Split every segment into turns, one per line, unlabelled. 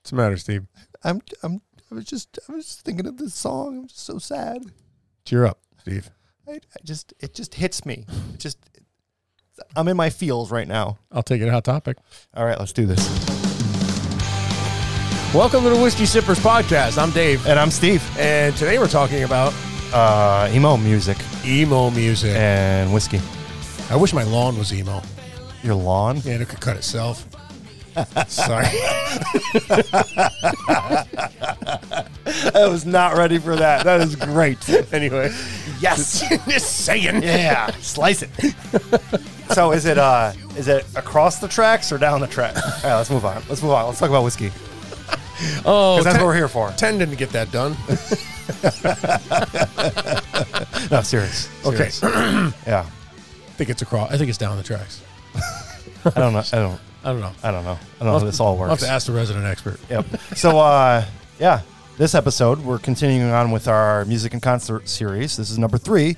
What's the matter, Steve?
I'm I'm I was just I was thinking of this song. I'm just so sad.
Cheer up, Steve.
I, I just it just hits me. It just I'm in my feels right now.
I'll take it hot topic.
All right, let's do this.
Welcome to the Whiskey Sippers Podcast. I'm Dave,
And I'm Steve.
and today we're talking about
Uh, emo music
emo music.
and whiskey.
I wish my lawn was emo.
Your lawn.
Yeah, it could cut itself. Sorry.
I was not ready for that. That is great.
anyway,
yes.
just saying.
Yeah. Slice it. so is it uh is it across the tracks or down the track? All right, let's move on. Let's move on. Let's talk about whiskey.
Oh,
'Cause that's
Ten-
what we're here for.
Ten didn't get that done.
No, serious.
Okay.
Serious. yeah.
I think it's across. I think it's down the tracks.
I don't know. I don't
I don't know.
I don't know. I don't know how this all
I'll
works.
have to ask the resident expert.
Yep. So, uh, yeah, this episode we're continuing on with our music and concert series. This is number three,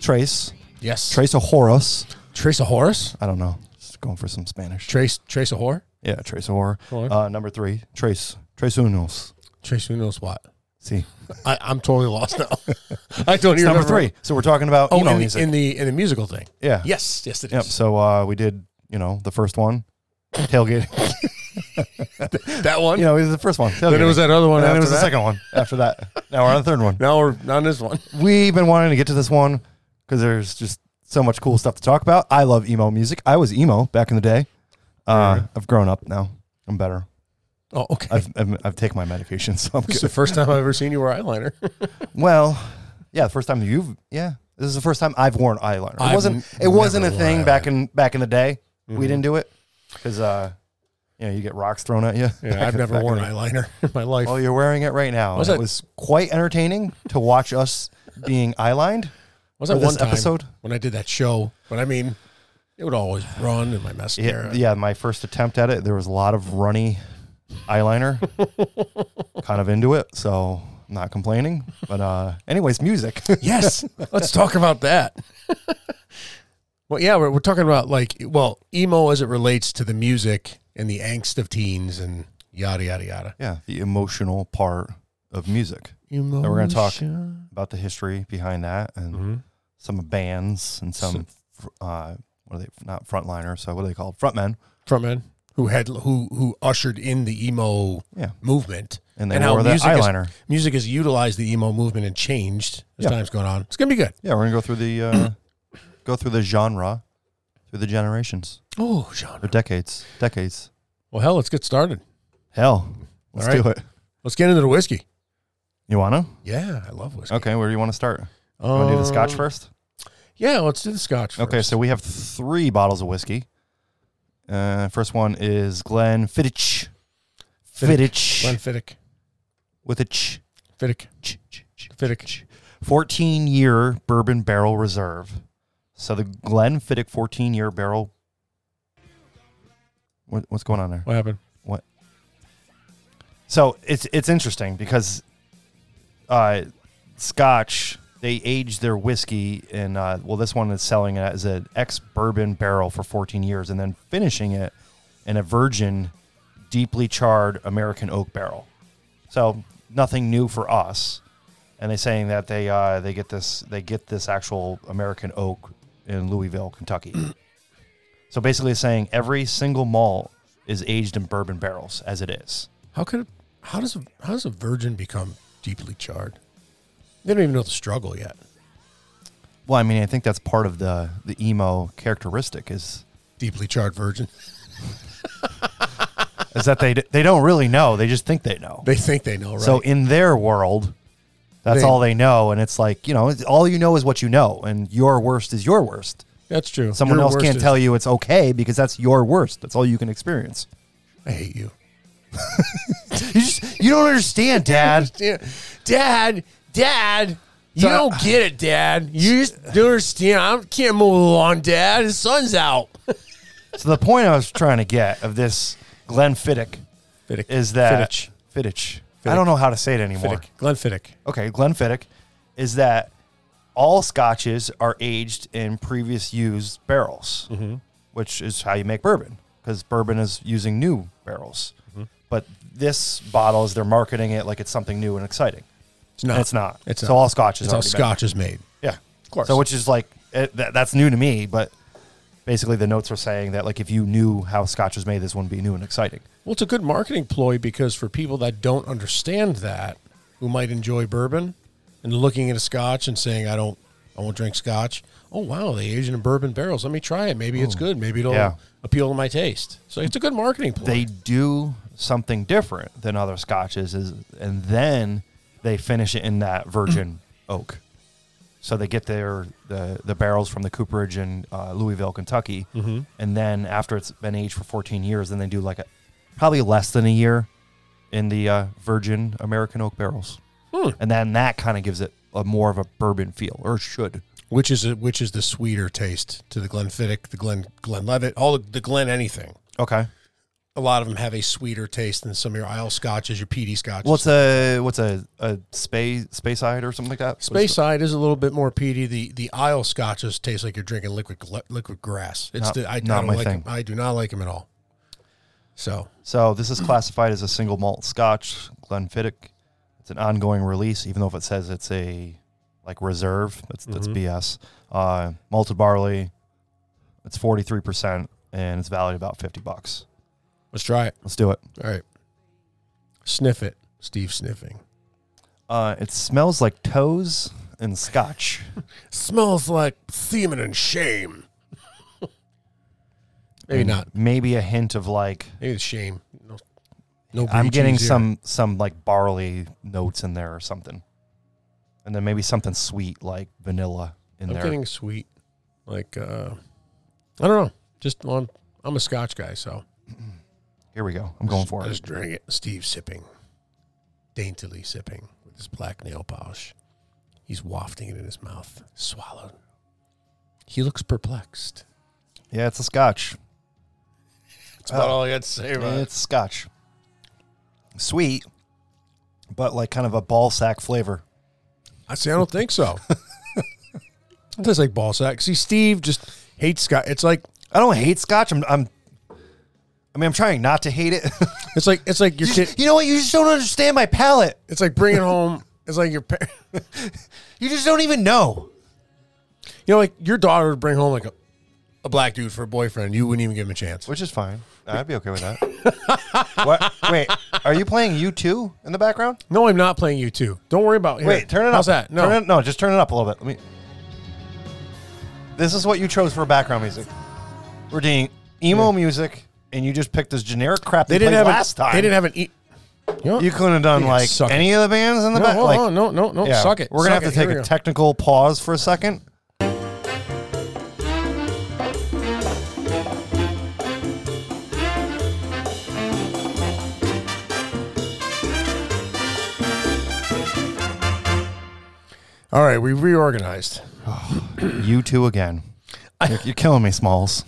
Trace,
Yes.
Trace a Horos.
Trace a horse.
I don't know. Just going for some Spanish.
Trace Trace a whore.
Yeah, Trace a Hor.
Sure.
Uh, number three, Trace, Trace Unos.
Trace who knows what.
See,
I, I'm totally lost now. I don't
it's
even
number
remember.
three. So we're talking about
Oh,
emo
in, the,
music.
in the in the musical thing.
yeah.
Yes, yes, it
Yep.
is.
So uh, we did, you know, the first one, tailgate.
That one.
you know, it was the first one.
then it
tailgating.
was that other one.
And then
after
it was the
that.
second one. After that, now we're on the third one.
Now we're not on this one.
we've been wanting to get to this one because there's just so much cool stuff to talk about. I love emo music. I was emo back in the day. Uh, I've grown up now. I'm better.
Oh, okay.
I've, I've, I've taken my medication, so I'm
this is
good.
the first time I've ever seen you wear eyeliner.
Well, yeah, the first time you've yeah, this is the first time I've worn eyeliner. It
I've
wasn't it
never
wasn't a
worn
thing
eyeliner. Mm-hmm.
back in back in the day. We didn't do it because uh, you know you get rocks thrown at you. Back
Yeah, I've
in-
never
back Oh, in
worn
the-
eyeliner in my life.
Well, you're wearing it right now.
Was
and it
it-
was quite entertaining to watch us being eyelined.
was
for
that
this
one time
episode?
when I did that show? But I mean, it would always run in my mascara.
Yeah, yeah, my first attempt at it, there was a lot of runny eyeliner, kind of into it, so I'm not complaining. But uh, anyways, music.
Yes, let's talk about that. well, yeah, we're, we're talking about like well emo as it relates to the music and the angst of teens and yada yada yada.
yeah, the emotional part of music.
Emotion. Mm-hmm.
we're gonna talk About the history behind that, and some bands, and some fr- uh, what are they? Not frontliners, so what are they called? Frontmen.
frontman who had who who ushered in the emo
Yeah.
movement
And they wore that
music has-
eyeliner.
music has utilized the emo movement and changed as
Yeah.
time's going on. It's gonna be good.
Yeah, we're gonna go through the uh, go through the genre, through the generations,
Oh, Sean.
or decades, decades.
Well, hell, let's get started.
Hell, let's
right.
do it.
Let's get into the whiskey.
You wanna?
Yeah, I love whiskey.
Okay, where do you want to start? You want to do the scotch
Um,
first?
Yeah, let's do the scotch.
Okay,
first.
so we have three bottles of whiskey. Uh, first one is Glen Fittich.
Fittich.
Fittich.
Glenfiddich,
With a ch.
Fiddick,
ch, ch, ch.
Fiddick.
14 year bourbon barrel reserve. So the Glen Fittich 14 year barrel. What, what's going on there?
What happened?
So it's it's interesting because uh, Scotch they age their whiskey and uh, well this one is selling it as an ex bourbon barrel for 14 years and then finishing it in a virgin deeply charred American oak barrel. So nothing new for us. And they're saying that they uh, they get this they get this actual American oak in Louisville, Kentucky. so basically, it's saying every single malt is aged in bourbon barrels as it is.
How could how does a, how does a virgin become deeply charred? They don't even know the struggle yet.
Well, I mean, I think that's part of the the emo characteristic is
Deeply charred virgin.
is that they they don't really know. They just think they know.
They think they know, right?
So in their world, that's
They-
all they know, and it's like you know, it's, all you know is what you know, and your worst is your worst.
that's true.
Someone
Your
else
worst
can't
is-
tell you it's okay because that's your worst. That's all you can experience.
I hate you.
You just you don't understand, Dad.
understand. Dad, Dad, you
So-
don't get it, Dad. You just don't understand. I can't move along, Dad. The sun's out.
so the point I was trying to get of this Glenn Fiddick
Fiddick.
is that
Fittich.
Fittich. I don't know how to say it anymore.
Fiddick. Glenn Fiddick.
okay, Glenfiddich, is that all scotches are aged in previous used
Mm-hmm.
barrels, which is how you make bourbon because bourbon is using new barrels.
Mm-hmm.
But this bottle is they're marketing it like it's something new and exciting.
It's not.
And it's not.
It's
so
not.
all scotch is
It's how
already been-
scotch is made.
Yeah, of
course.
So which is like it, that, that's new to me, but basically the notes are saying that like if you knew how scotch was made, this wouldn't be new and exciting.
Well, it's a good marketing ploy because for people that don't understand that, who might enjoy bourbon and looking at a scotch and saying, I don't, I won't drink scotch. Oh, wow, they age it in bourbon barrels. Let me try it. Maybe it's good. Maybe it'll
Yeah.
appeal to my taste. So it's a good marketing ploy.
They do something different than other scotches, is and then they finish it in that virgin oak. So they get their the, the barrels from the cooperage in uh, Louisville, Kentucky, and then after it's been aged for 14 years, then they do like a probably less than a year in the uh, virgin American oak barrels.
Hmm.
and then that kind of gives it a more of a bourbon feel, or should.
which is a, which is the sweeter taste to the Glenfiddich, the Glen Glenlivet, all the, the Glen anything.
Okay.
A lot of them have a sweeter taste than some of your Isle scotches, your peaty scotches.
What's a what's a a space space side or something like that? What
Space
is
side is a little bit more peaty. The the Isle scotches taste like you're drinking liquid gl- liquid grass. It's
Not-
the I, I
not
don't
my
like
thing.
Them. I do not like them at all. So
it? So this is classified as a single malt Scotch Glenfiddich. It's an ongoing release, even though if it says it's a like reserve, that's that's BS. Uh, malted barley, it's forty three percent, and it's valued about fifty bucks.
let's try it.
Let's do it.
All right, sniff it, Steve. Sniffing
Uh, it smells like toes and Scotch.
smells like semen and shame. Maybe
And
not.
Maybe a hint of like
Maybe it's shame. No, no
I'm
blue
getting
cheese here.
some some like barley notes in there or something, and then maybe something sweet like vanilla in
I'm
there.
getting sweet. Like uh, I don't know. Just well, I'm, I'm a Scotch guy, so
Here we go. I'm going for
I
it.
just drink it. Steve sipping, daintily sipping with his black nail polish. He's wafting it in his mouth. Swallowed. He looks perplexed.
Yeah, it's a Scotch.
That's about all I got to say about it.
It's Scotch. Sweet, but like kind of a ball sack flavor.
I say I don't think so. it tastes like ball sack. See, Steve just hates Scotch. It's like
I don't hate Scotch. I'm. I'm I mean, I'm trying not to hate it.
it's like it's like your
You-
kid.
you know what? You just don't understand my palate.
It's like bringing home. It's like your parents.
You just don't even know.
You know, like your daughter would bring home like a, a black dude for a boyfriend. You wouldn't even give him a chance.
Which is fine. I'd be okay with that. what? Wait, are you playing U two in the background?
No, I'm not playing you two. Don't worry about here.
Wait, turn it
How's
up.
that? No.
Turn it, no, just turn it up a little bit. Let me. This is what you chose for background music. We're doing emo music, and you just picked this generic crap
they didn't have
last
an,
time.
They didn't have an. E- you, know,
You couldn't have done
They can
like
suck
any of the bands in the
no,
back.
hold
like,
on, no, no, no.
yeah.
Suck it.
We're gonna
suck
have
it.
to take
Here we
a
go.
technical pause for a second.
All right, we reorganized.
U two again. You're, you're killing me, Smalls.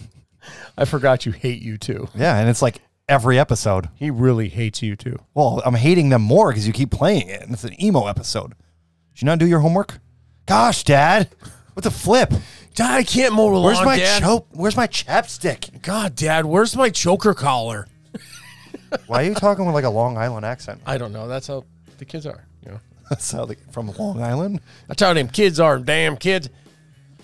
I forgot you hate you two.
Yeah, and it's like every episode.
He really hates you two.
Well, I'm hating them more because you keep playing it, and it's an emo episode. Did you not do your homework? Gosh, Dad, what the flip?
Dad, I can't mow the
Where's
lawn,
my
Dad.
choke? Where's my chapstick?
God, Dad, where's my choker collar?
Why are you talking with like a Long Island accent?
I don't know. That's how the kids are. You know,
That's how they, from Long Island.
that's how them kids are. Damn kids.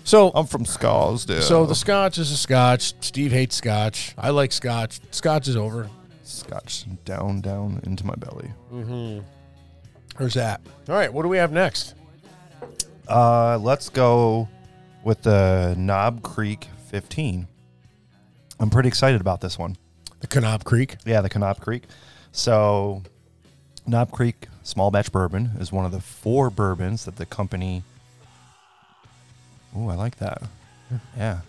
So
I'm from Scarsdale.
So the scotch is a scotch. Steve hates scotch. I like scotch. Scotch is over.
scotch down, down into my belly.
There's that. All right, what do we have next?
Uh, let's go with the Knob Creek 15. I'm pretty excited about this one.
The Knob Creek.
Yeah, the Knob Creek. So, Knob Creek small batch bourbon is one of the four bourbons that the company. Oh, I like that. Yeah.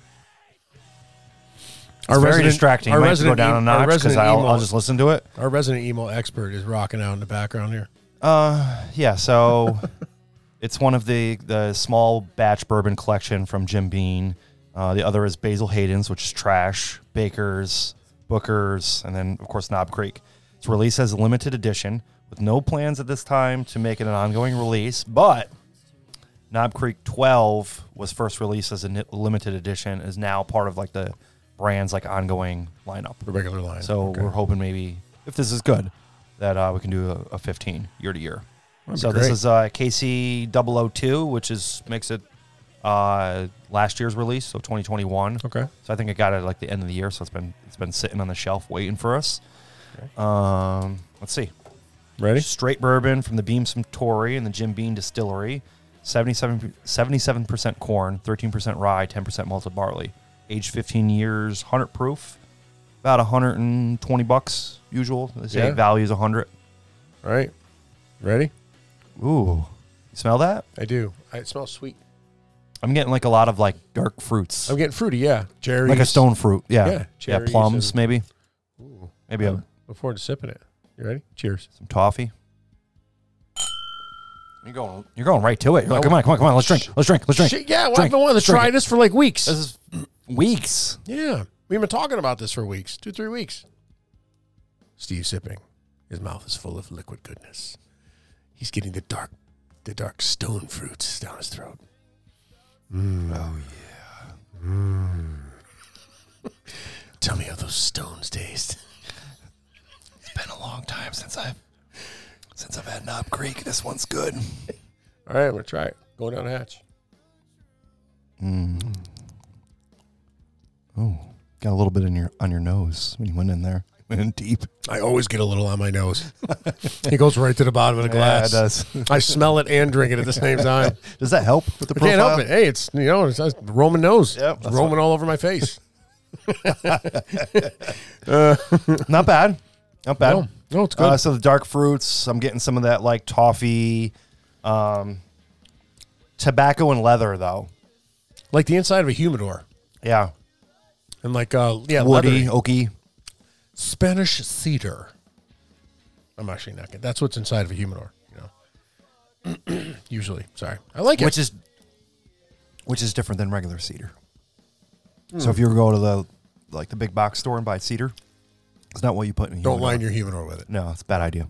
It's very distracting.
Our
Our Might have to go
resident,
down
em-
a
our
notch because
resident
I'll,
emo,
I'll just listen to it.
our resident emo expert is rocking out in the background here.
Uh, yeah. So it's one of the the small batch bourbon collection from Jim Bean. Uh, the other is Basil Hayden's, which is trash. Baker's, Booker's, and then of course Knob Creek. It's released as a limited edition with no plans at this time to make it an ongoing release, but. Knob Creek 12 was first released as a ni- limited edition, is now part of like the brand's like ongoing lineup.
The regular line.
So
Okay.
we're hoping maybe if this is good, that uh, we can do a, a 15 year to year.
That'd be
So this
great.
is uh, KC 002, which is makes it uh, last year's release, so 2021.
Okay.
So I think I got it at like the end of the year, so it's been it's been sitting on the shelf waiting for us.
Okay.
Um, let's see.
Ready?
Straight bourbon from the Beamson Tory and the Jim Beam Distillery. 77 percent corn, thirteen percent rye, ten percent malted barley. Aged fifteen years, hundred proof. About hundred and twenty bucks usual. They say
Yeah.
value is hundred.
All right. Ready?
Ooh, you smell that?
I do. I, it smells sweet.
I'm getting like a lot of like dark fruits,
I'm getting fruity. Yeah. Jerry.
like a stone fruit.
Oh, Yeah,
Yeah, yeah,
cherries
plums
and-
maybe,
Ooh, Uh-huh.
maybe
I'm
a,
looking forward to sipping it. You ready? Cheers.
some toffee. You're going, you're going right to it. You're like, come on, come on, come on, let's drink, let's drink, let's drink.
Oh. Shit, yeah. Well, I've
Drink.
been wanting to
Drink
try
it.
this for like weeks.
This is weeks.
Yeah. We've been talking about this for weeks, two, three weeks. Steve's sipping. His mouth is full of liquid goodness. He's getting the dark, the dark stone fruits down his throat. Oh, yeah. Mm. Tell me how those stones taste.
It's been a long time since I've since I've had Knob Creek. This one's good.
All right, I'm going to try it. Go down the hatch.
Oh, got a little bit in your on your nose when you went in there. Went in deep.
I always get a little on my nose. it goes right to the bottom of the glass.
does.
I smell it and drink it at the same time.
Does that help with the
I
profile?
can't help it. Hey, it's you know, it's, it's Roman nose.
Yep,
it's
that's
Roman all over my face.
Not bad. Not bad.
No, no, it's good.
Uh, so the dark fruits, I'm getting some of that like toffee, um, tobacco and leather though.
like the inside of a humidor,
Yeah,
and like uh, yeah, leathery.
woody, oaky.
Spanish cedar. I'm actually not good. That's what's inside of a humidor. You know, usually. Sorry, I like
which
it.
is which is different than regular cedar. So if you were to go to the like the big box store and buy cedar, it's not what you put in. a
Don't
humidor.
line your humidor with it.
No, it's a bad idea.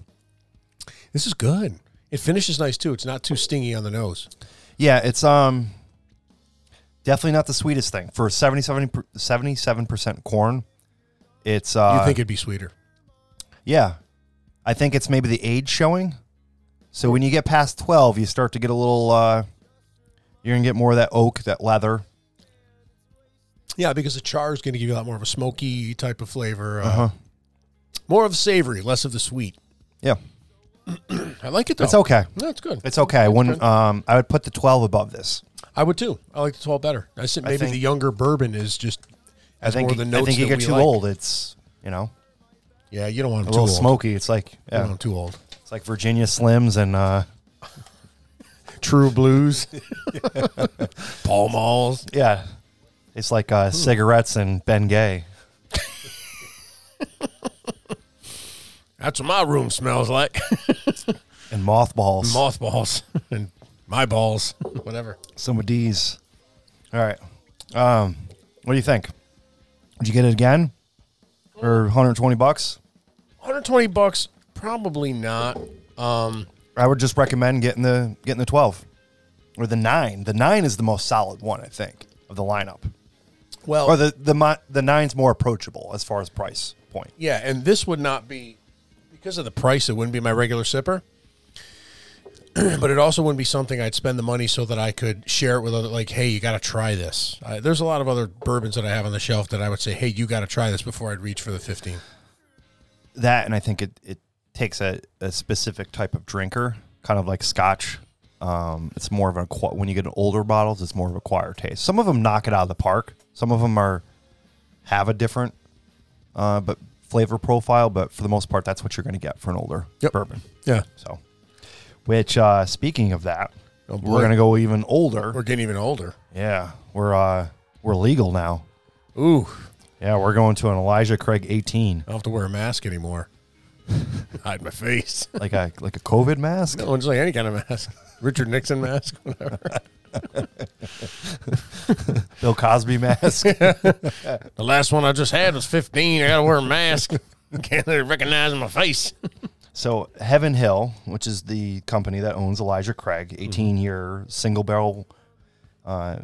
This is good. It finishes nice too. It's not too stingy on the nose.
Yeah, it's um definitely not the sweetest thing for 77 percent corn. It's
You
uh,
think it'd be sweeter?
yeah, I think it's maybe the age showing. So when you get past twelve, you start to get a little. Uh, you're gonna get more of that oak, that leather.
Yeah, because the char is going to give you a lot more of a smoky type of flavor, uh,
Uh-huh.
more of savory, less of the sweet.
Yeah,
I like it though.
it's okay.
No, it's good.
It's okay. I wouldn't. Um, I would put the twelve above this.
I would too. I like the 12 better. I said
I
maybe
think-
the younger bourbon is just
I
as
think.
more of the notes.
I think you
that
get
we
too
like.
old. It's you know
Yeah, you don't want
a
them too
little
old.
smoky. It's like
You don't
yeah,
want 'em too old.
it's like Virginia Slims and uh,
True blues, Pall Malls.
yeah, it's like uh, cigarettes and Ben Gay.
That's what my room smells like.
and mothballs.
Mothballs and my balls, whatever.
Some of these. All right. Um, what do you think? Would you get it again for 120 bucks?
120 bucks, probably not. Um,
I would just recommend getting the getting the 12 or the nine. The nine is the most solid one, I think, of the lineup.
well,
Or the the mi- the nine's more approachable as far as price point.
Yeah, and this would not be because of the price. It wouldn't be my regular sipper, but it also wouldn't be something I'd spend the money so that I could share it with other. Like, hey, you got to try this. Uh, there's a lot of other bourbons that I have on the shelf that I would say, hey, you got to try this before I'd reach for the 15.
That and I think it it takes a, a specific type of drinker, kind of like Scotch. Um, it's more of an acqui- when you get older bottles, it's more of an acquired taste. Some of them knock it out of the park. Some of them are have a different uh, but flavor profile, but for the most part, that's what you're going to get for an older
Yep.
bourbon.
Yeah,
So, which uh, speaking of that,
Oh, boy.
we're going to go even older.
we're getting even older.
yeah, we're uh, we're legal now.
Ooh,
Yeah, we're going to an Elijah Craig 18,
I don't have to wear a mask anymore. Hide my face.
like a like a COVID mask.
No, just like any kind of mask. Richard Nixon mask, whatever.
Bill Cosby mask.
The last one I just had was 15. I got to wear a mask. Can't they recognize my face.
so Heaven Hill, which is the company that owns Elijah Craig, 18 year single barrel. Uh,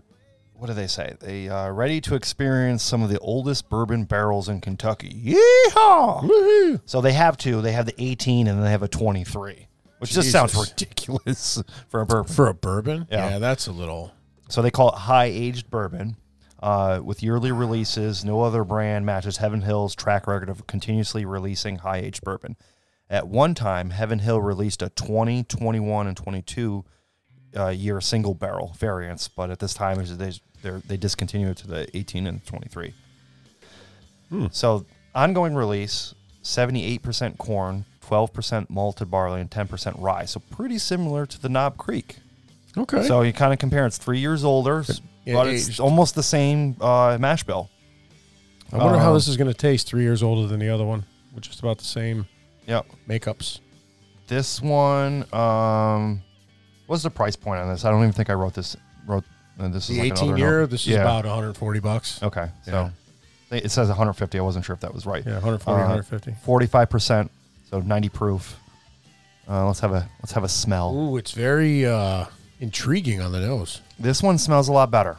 what do they say? They are ready to experience some of the oldest bourbon barrels in Kentucky. Yeehaw! So they have two. They have the 18 and then they have a 23, which just sounds
Jesus.
ridiculous for a bourbon.
for a bourbon.
Yeah.
that's a little.
So they call it high aged bourbon. Uh, with yearly releases, no other brand matches Heaven Hill's track record of continuously releasing high aged bourbon. At one time, Heaven Hill released a 20, 21, and 22 uh, year single barrel variants, but at this time, they they're- they discontinue it to the 18 and 23. So ongoing release, 78% corn, 12% malted barley, and 10% rye. So pretty similar to the Knob Creek.
Okay.
So you kind of compare. It's three years older, s-
Yeah,
but
aged.
it's almost the same uh, mash bill.
I wonder how
um,
this is going to taste three years older than the other one with just about the same
Yep.
makeups.
This one, um, what's the price point on this? I don't even think I wrote this. Wrote uh, this is
The
like
18
another
year,
note.
this is
Yeah.
about 140 bucks.
okay.
Yeah.
So they- it says 150. I wasn't sure if that was right.
Yeah, 140,
Uh,
150.
45 percent, so 90 proof. Uh, let's have a let's have a smell.
Ooh, it's very uh, intriguing on the nose.
This one smells a lot better.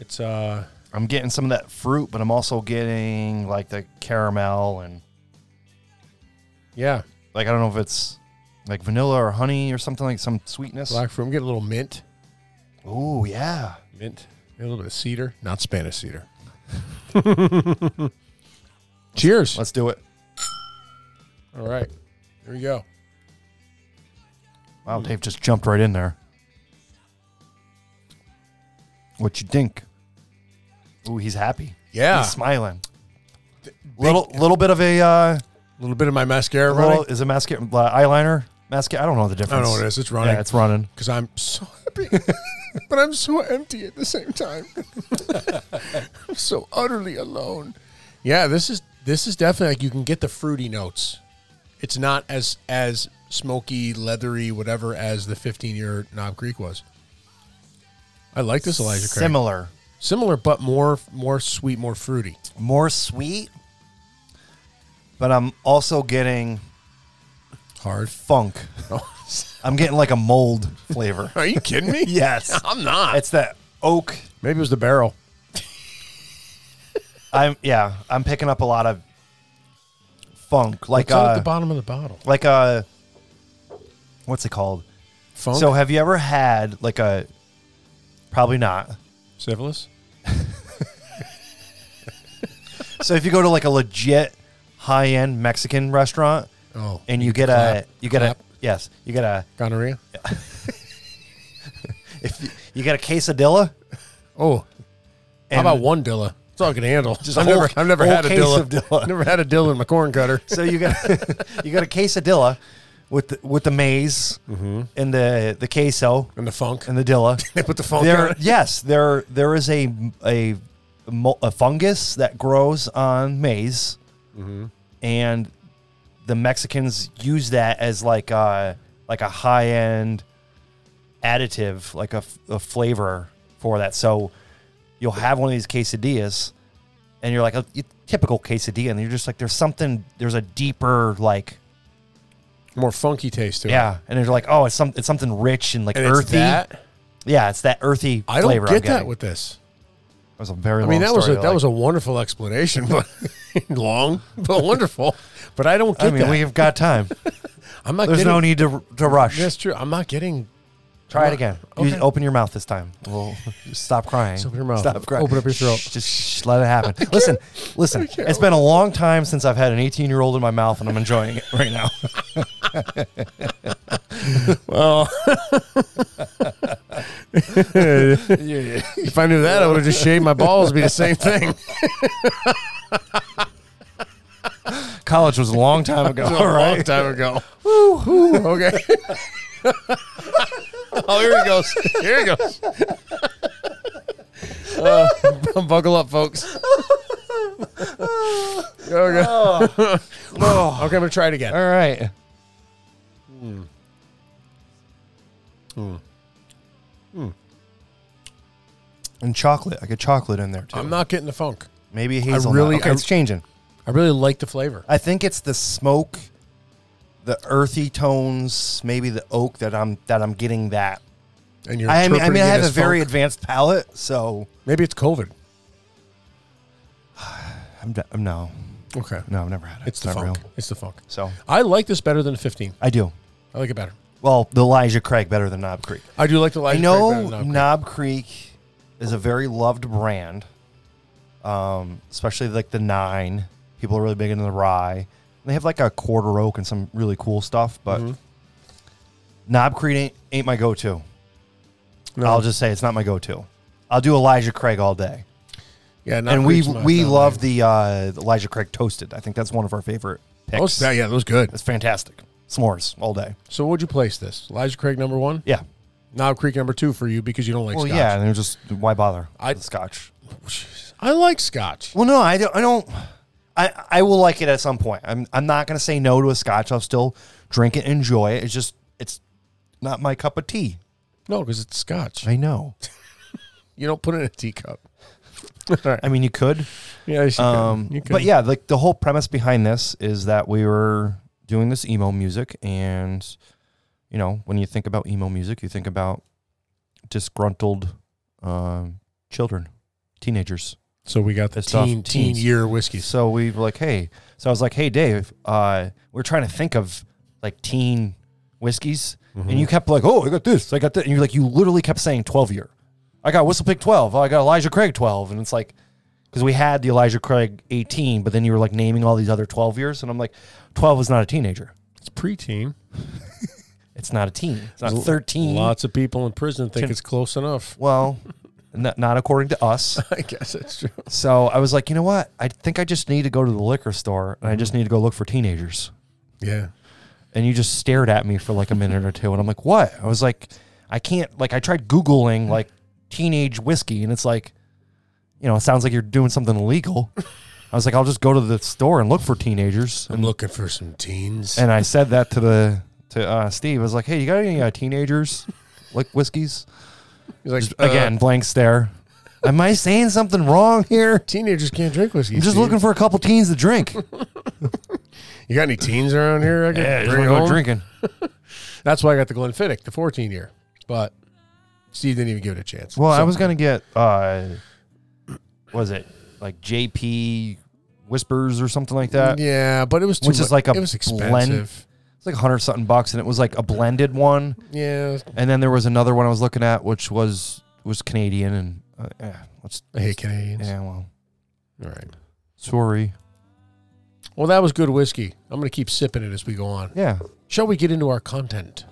It's uh,
I'm getting some of that fruit, but I'm also getting like the caramel and
yeah,
like I don't know if it's like vanilla or honey or something like some sweetness.
black fruit. I'm getting a little mint,
Oh yeah,
mint, a little bit of cedar, not Spanish cedar. Cheers.
let's do it.
All right, here we go. Mm.
Wow, Dave just jumped right in there. What you think? Ooh, he's happy.
Yeah,
he's smiling. Little little bit of a
a
uh,
little bit of my mascara running.
little, is it mascara eyeliner mascara? I don't know the difference.
I don't know what it is. It's running.
Yeah, it's running.
because I'm so happy, but I'm so empty at the same time. I'm so utterly alone. Yeah, this is this is definitely like you can get the fruity notes. It's not as as smoky, leathery, whatever as the 15 year Knob Creek was. I like this Elijah Craig.
Similar,
Similar, but more more sweet, more fruity.
more sweet, but I'm also getting
Hard.
funk. I'm getting like a mold flavor.
Are you kidding me?
yes,
I'm not.
it's that oak
Maybe it was the barrel.
I'm yeah, I'm picking up a lot of funk, like
It's out at
uh,
the bottom of the bottle.
like uh, what's it called?
Funk.
So have you ever had like a? Probably not.
syphilis.
So if you go to like a legit high end Mexican restaurant
Oh,
and you get
clap,
a you get
clap.
a yes you get a
gonorrhea.
if you, you get a quesadilla.
Oh,
And
How about one Dilla? That's all I can handle.
a
I've
whole-
never, I've never
whole
had a
case
Dilla.
of Dilla.
Never had a Dilla in my corn cutter.
So you got you got a quesadilla with the, with the maize
Mm-hmm.
and the the queso
And the funk.
and the dilla.
they put the funk on
there
it.
yes there there is a a mo- a fungus that grows on maize
Mm-hmm.
and the mexicans use that as like a like a high end additive like a, f- a flavor for that so you'll have one of these quesadillas and you're like a y- typical quesadilla and you're just like there's something there's a deeper like
More funky taste to it.
yeah and you're like oh it's some it's something rich and like
And
earthy
it's that.
yeah it's that earthy
I don't
flavor I'm
get that
getting.
with this.
that was a very
I mean,
long
that was a
story,
that
like-
was a wonderful explanation, but long but wonderful. But I don't get
I mean,
that.
we've got time.
I'm not.
There's
getting,
no need to to rush.
That's true. I'm not getting.
Try it again. You
Okay.
open your mouth this time. We'll stop crying.
Just open your mouth.
Stop crying.
Open up your throat.
Shh, just shh, let it happen. Listen, listen. It's been a long time since I've had an 18 year old in my mouth, and I'm enjoying it right now.
Well, if I knew that, I would have just shaved my balls. Be the same thing.
College was a long time ago.
a
All
long
right.
time ago. okay. oh, here he goes. Here he goes. Uh, buckle up, folks. okay.
Oh,
okay, I'm gonna try it again.
all right.
Hmm. Hmm.
And chocolate. I get chocolate in there too.
I'm not getting the funk.
Maybe hazelnut.
really-
okay,
I-
it's changing.
I really like the flavor.
I think it's the smoke, the earthy tones, maybe the oak that I'm that I'm getting that
And you're
I mean, I
interpreting
mean, I
it
have a
as
very
funk.
advanced palate, so
maybe it's COVID.
I'm, d- I'm no,
Okay,
no, I've never had it.
it's the
not
funk.
real.
It's the funk.
So
I like this better than 15.
I do.
I like it better.
Well, the Elijah Craig better than Knob Creek.
I do like the
I
light.
know Knob Creek is a very loved brand, um, especially like the nine. People are really big into the rye. They have like a quarter oak and some really cool stuff, but
Mm-hmm.
Knob Creek ain't, ain't my go-to.
No.
I'll just say it's not my go-to. I'll do Elijah Craig all day,
yeah, Knob
and we
Creek's my-
we
my-
love the uh, the Elijah Craig toasted. I think that's one of our favorite
That was,
picks.
yeah, that was good.
It's fantastic. S'mores all day.
So, where'd you place this? Elijah Craig number one,
Yeah.
Knob Creek number two for you because you don't like
Well,
Scotch.
yeah, and they're just why bother?
I-
with Scotch.
I like Scotch.
Well, no, I don't. I don't. I, I will like it at some point. I'm I'm not gonna say no to a scotch. I'll still drink it, enjoy it. It's just it's not my cup of tea.
No, because it's Scotch.
I know.
You don't put it in a teacup. All right.
I mean, you could.
Yeah, you should-
Um,
you could.
but yeah, like the whole premise behind this is that we were doing this emo music, and you know, when you think about emo music, you think about disgruntled um, children, teenagers.
So we got the
Pissed off
teen teen
teens.
year whiskeys.
So we were like, hey, so I was like, hey, Dave, uh, we're trying to think of like teen whiskeys. And you kept like, oh, I got this, I got that. And you're like, you literally kept saying 12 year. I got Whistle Pig 12. Oh, I got Elijah Craig 12. And it's like, because we had the Elijah Craig 18, but then you were like naming all these other 12 years. And I'm like, 12 is not a teenager.
It's preteen.
It's not a teen. It's not 13.
Lots of people in prison think it's close enough.
Well, n- not according to us.
I guess that's true.
So I was like, you know what? I think I just need to go to the liquor store and I just need to go look for teenagers.
Yeah.
and you just stared at me for like a minute or two and i'm like what i was like i can't like i tried googling like teenage whiskey and it's like you know it sounds like you're doing something illegal i was like i'll just go to the store and look for teenagers
I'm looking for some teens.
and i said that to the to uh, steve i was like hey you got any uh, teenagers like whiskeys
He's like, uh,
again blank stare am i saying something wrong here
teenagers can't drink whiskey.
i'm just
Steve.
looking for a couple teens to drink
You got any teens around here? I can
yeah just
bring
wanna go
home?
drinking
That's why I got the Glenfiddich, the 14 year. But Steve didn't even give it a chance.
Well, I
So-
was gonna get uh, was it like JP Whispers or something like that?
yeah, but it was too
which is
mu-
like a
it was
blend.
expensive.
It's like hundred something bucks, and it was like a blended one.
Yeah,
And then there was another one I was looking at, which was was Canadian, and uh, yeah, let's
I hate Canadians.
yeah, well,
All right.
sorry,
Well, that was good whiskey. I'm going to keep sipping it as we go on.
yeah,
Shall we get into our content?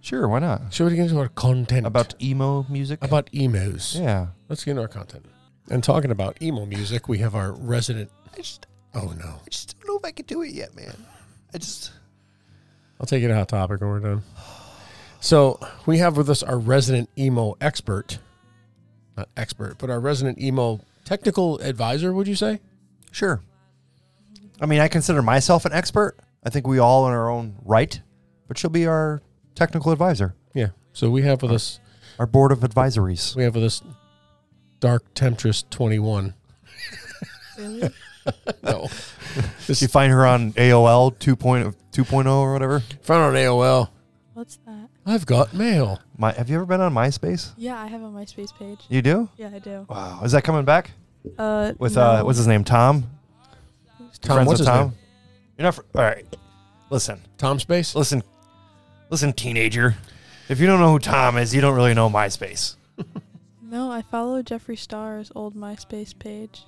sure, why not?
Shall we get into our content
About emo music,
about emos?
yeah,
Let's get into our content. And talking about emo music, we have our resident.
I just,
Oh no!
I just don't know if I can do it yet, man. I just
I'll take it a hot topic when we're done. So we have with us our resident emo expert, not expert, but our resident emo technical advisor. Would you say?
sure. I mean, I consider myself an expert. I think we all in our own right, but she'll be our technical advisor.
Yeah. So we have with us
Our board of advisories.
we have with us Dark Temptress Twenty One. no,
You find her on AOL 2.0, 2.0 or whatever.
found on AOL.
What's that?
I've got mail.
My, have you ever been on MySpace?
Yeah, I have a MySpace page.
You do?
Yeah, I do.
Wow. Is that coming back
Uh,
with
no.
uh, what's his name? Tom.
Tom,
Friends
what's his
with Tom.
name?
You're not. Fr- all right. Listen,
Tom Space.
listen, listen, teenager. If you don't know who Tom is, you don't really know MySpace.
no? I follow Jeffree Star's old MySpace page.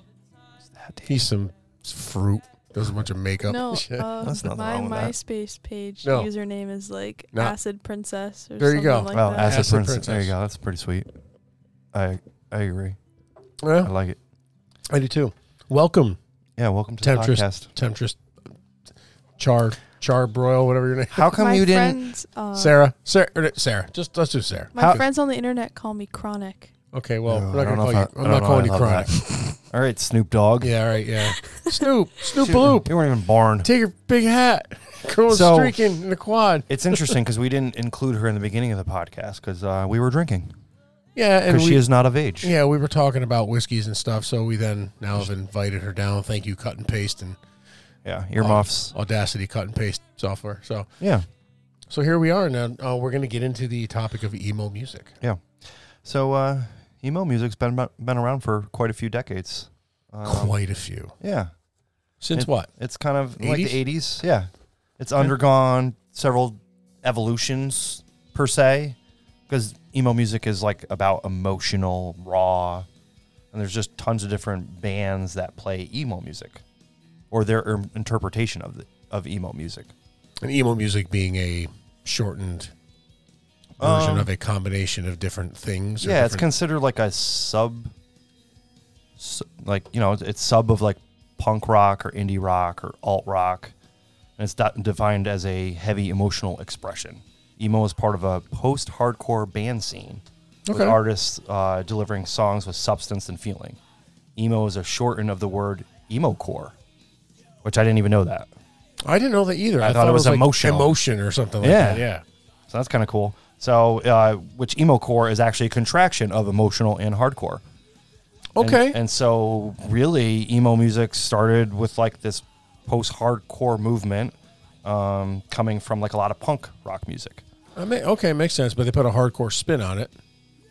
He's some fruit. Does a bunch of makeup.
No,
and shit.
uh,
That's nothing
my
wrong with that.
MySpace page
No.
username is like
No.
Acid Princess or
There you
something
go.
like
well,
that.
Acid,
Acid
Princess. There
Princess.
you go. That's pretty sweet. I I agree. I
Yeah,
like it.
I do too. Welcome,
Yeah. Welcome to
Temptress.
the podcast.
Temptress, Char, Char Broil, whatever your name.
How come
my
you didn't?
friends, uh,
Sarah, Sarah, er, Sarah. Just let's do Sarah.
My
How-
friends on the internet call me Chronic.
Okay, well,
Oh,
we're not
I
gonna
don't know
call
if
you.
I-
I,
I
am not
don't know
calling
if
you
I love
chronic.
All right, Snoop Dogg.
Yeah, all right, yeah. Snoop, Snoop
You
Loop,
weren't even born.
take your big hat, going
So-
streaking in the quad.
It's interesting because we didn't include her in the beginning of the podcast because uh, we were drinking
Yeah, and
because
we,
she is not of age.
yeah, we were talking about whiskeys and stuff, so we then now have invited her down. Thank you, cut and paste and
yeah, earmuffs.
Audacity cut and paste software. So
Yeah,
So here we are now. Uh, we're going to get into the topic of emo music.
Yeah. So uh, emo music's been been around for quite a few decades. Um,
Quite a few.
yeah.
Since
it-
what?
It's kind of like the
80s?
eighties. Yeah. It's undergone several evolutions per se, because emo music is like about emotional, raw, and there's just tons of different bands that play emo music, or their um, interpretation of the, of emo music.
And emo music being a shortened version
Um,
of a combination of different things. or
yeah, it's
different-
considered like a sub, su- like you know, it's sub of like punk rock or indie rock or alt rock, and it's not defined as a heavy emotional expression. Emo is part of a post-hardcore band scene with
Okay.
artists uh, delivering songs with substance and feeling. Emo is a shortened of the word emocore, which I didn't even know that.
I didn't know that either. I,
thought it was
like
emotional.
emotion or something like
Yeah.
that. Yeah.
So that's kind of cool. So, uh, which emo core is actually a contraction of emotional and hardcore. And-
Okay.
And, so, really, emo music started with like this post hardcore movement um, coming from like a lot of punk rock music.
I mean, okay, makes sense. But they put a hardcore spin on it,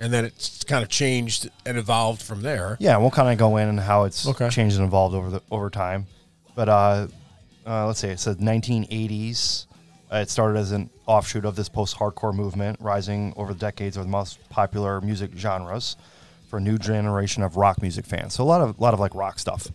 and then it's kind of changed and evolved from there.
Yeah, we'll kind of go in and how it's
Okay.
changed and evolved over the over time. But uh, uh, let's say it's the 1980s. Uh, it started as an offshoot of this post-hardcore movement, rising over the decades of the most popular music genres for a new generation of rock music fans. So a lot of lot of like rock stuff.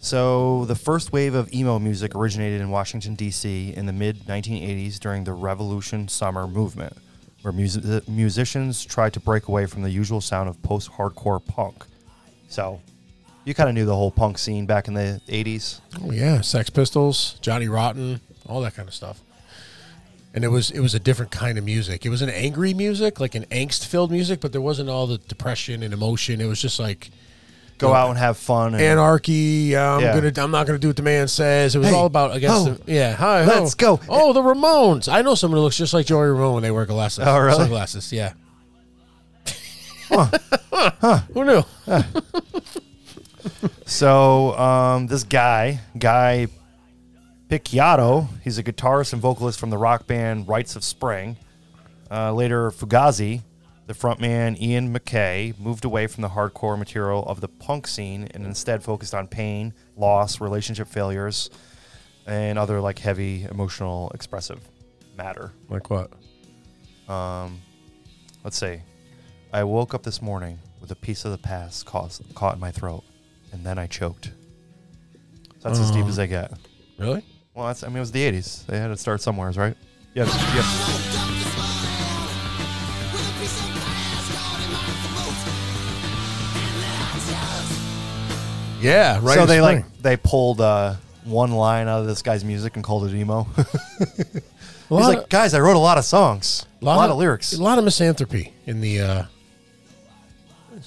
So the first wave of emo music originated in Washington D.C. in the mid 1980s during the Revolution Summer Movement, where mus- musicians tried to break away from the usual sound of post-hardcore punk. So you kind of knew the whole punk scene back in the 80s.
Oh yeah, Sex Pistols, Johnny Rotten, all that kind of stuff. And it was it was a different kind of music. It was an angry music, like an angst filled music, but there wasn't all the depression and emotion. It was just like
Go out and have fun. And
anarchy. I'm
Yeah.
gonna I'm not gonna do what the man says. It was
Hey,
all about against
ho,
the yeah. Hi, ho.
let's go.
Oh, the Ramones. I know someone who looks just like Joey Ramone when they wear glasses.
Oh, really?
Sunglasses. Yeah. Who knew?
So um, this guy, Guy Picciotto, he's a guitarist and vocalist from the rock band Rites of Spring. Uh, later, Fugazi, the frontman Ian McKay, moved away from the hardcore material of the punk scene and instead focused on pain, loss, relationship failures, and other like heavy emotional expressive matter.
Like what?
Um, let's see. I woke up this morning with a piece of the past caught, caught in my throat, and then I choked. So that's as deep as they get.
Really?
Well, that's, I mean, it was the 80s. They had to start somewhere, right? Yeah. yeah.
Yeah. Right.
so
of
they
spring.
like they pulled uh, one line out of this guy's music and called it emo. He's
a lot
like, guys, I wrote a lot of songs, a lot, of, lyrics.
a lot of misanthropy in the. uh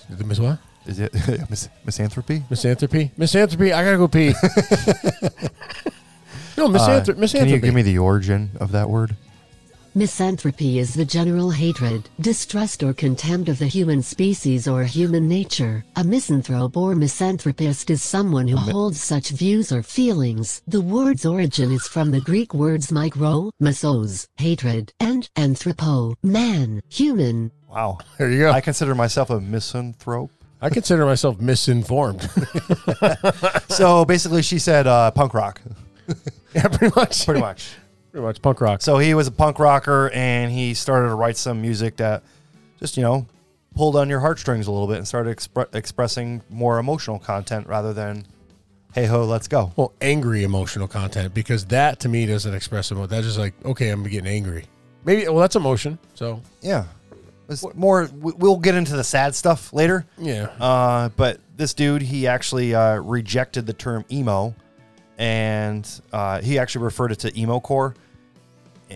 the mis- what?
Is it mis- misanthropy?
Misanthropy? Misanthropy. I gotta go pee. no, misanthrop-
Uh, can
misanthropy.
you give me the origin of that word?
Misanthropy is the general hatred, distrust, or contempt of the human species or human nature. A misanthrope or misanthropist is someone who holds such views or feelings. The word's origin is from the Greek words micro, misos, hatred, and anthropo, man, human.
Wow.
There you go.
I consider myself a misanthrope.
I consider myself misinformed.
so basically, she said uh, punk rock,
yeah, pretty much.
pretty much.
Pretty much punk rock.
So he was a punk rocker, and he started to write some music that just you know pulled on your heartstrings a little bit and started expre- expressing more emotional content rather than "Hey ho, let's go."
Well, angry emotional content because that to me doesn't express emotion. That's just like okay, I'm getting angry. Maybe well, that's emotion. So
Yeah, It's more. we- We'll get into the sad stuff later.
yeah,
Uh, but this dude, he actually uh, rejected the term emo, and uh, he actually referred it to emo core,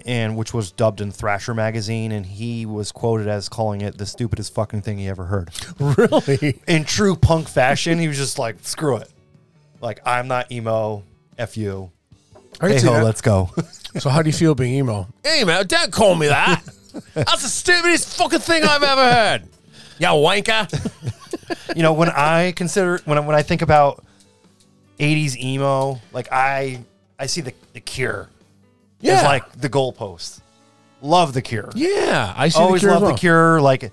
and which was dubbed in Thrasher magazine, and he was quoted as calling it the stupidest fucking thing he ever heard.
really.
In true punk fashion, he was just like, "Screw it, like I'm not emo, f you."
I
Hey
can see
ho,
that.
let's go.
So how do you feel being emo? Emo? Don't call me that. That's the stupidest fucking thing I've ever heard. You wanker.
you know, when I consider when I, when I think about '80s emo, like I I see the the Cure. is
Yeah.
like the goalpost. Love the Cure.
Yeah, I see
Always
the cure. as
loved
well.
the Cure. Like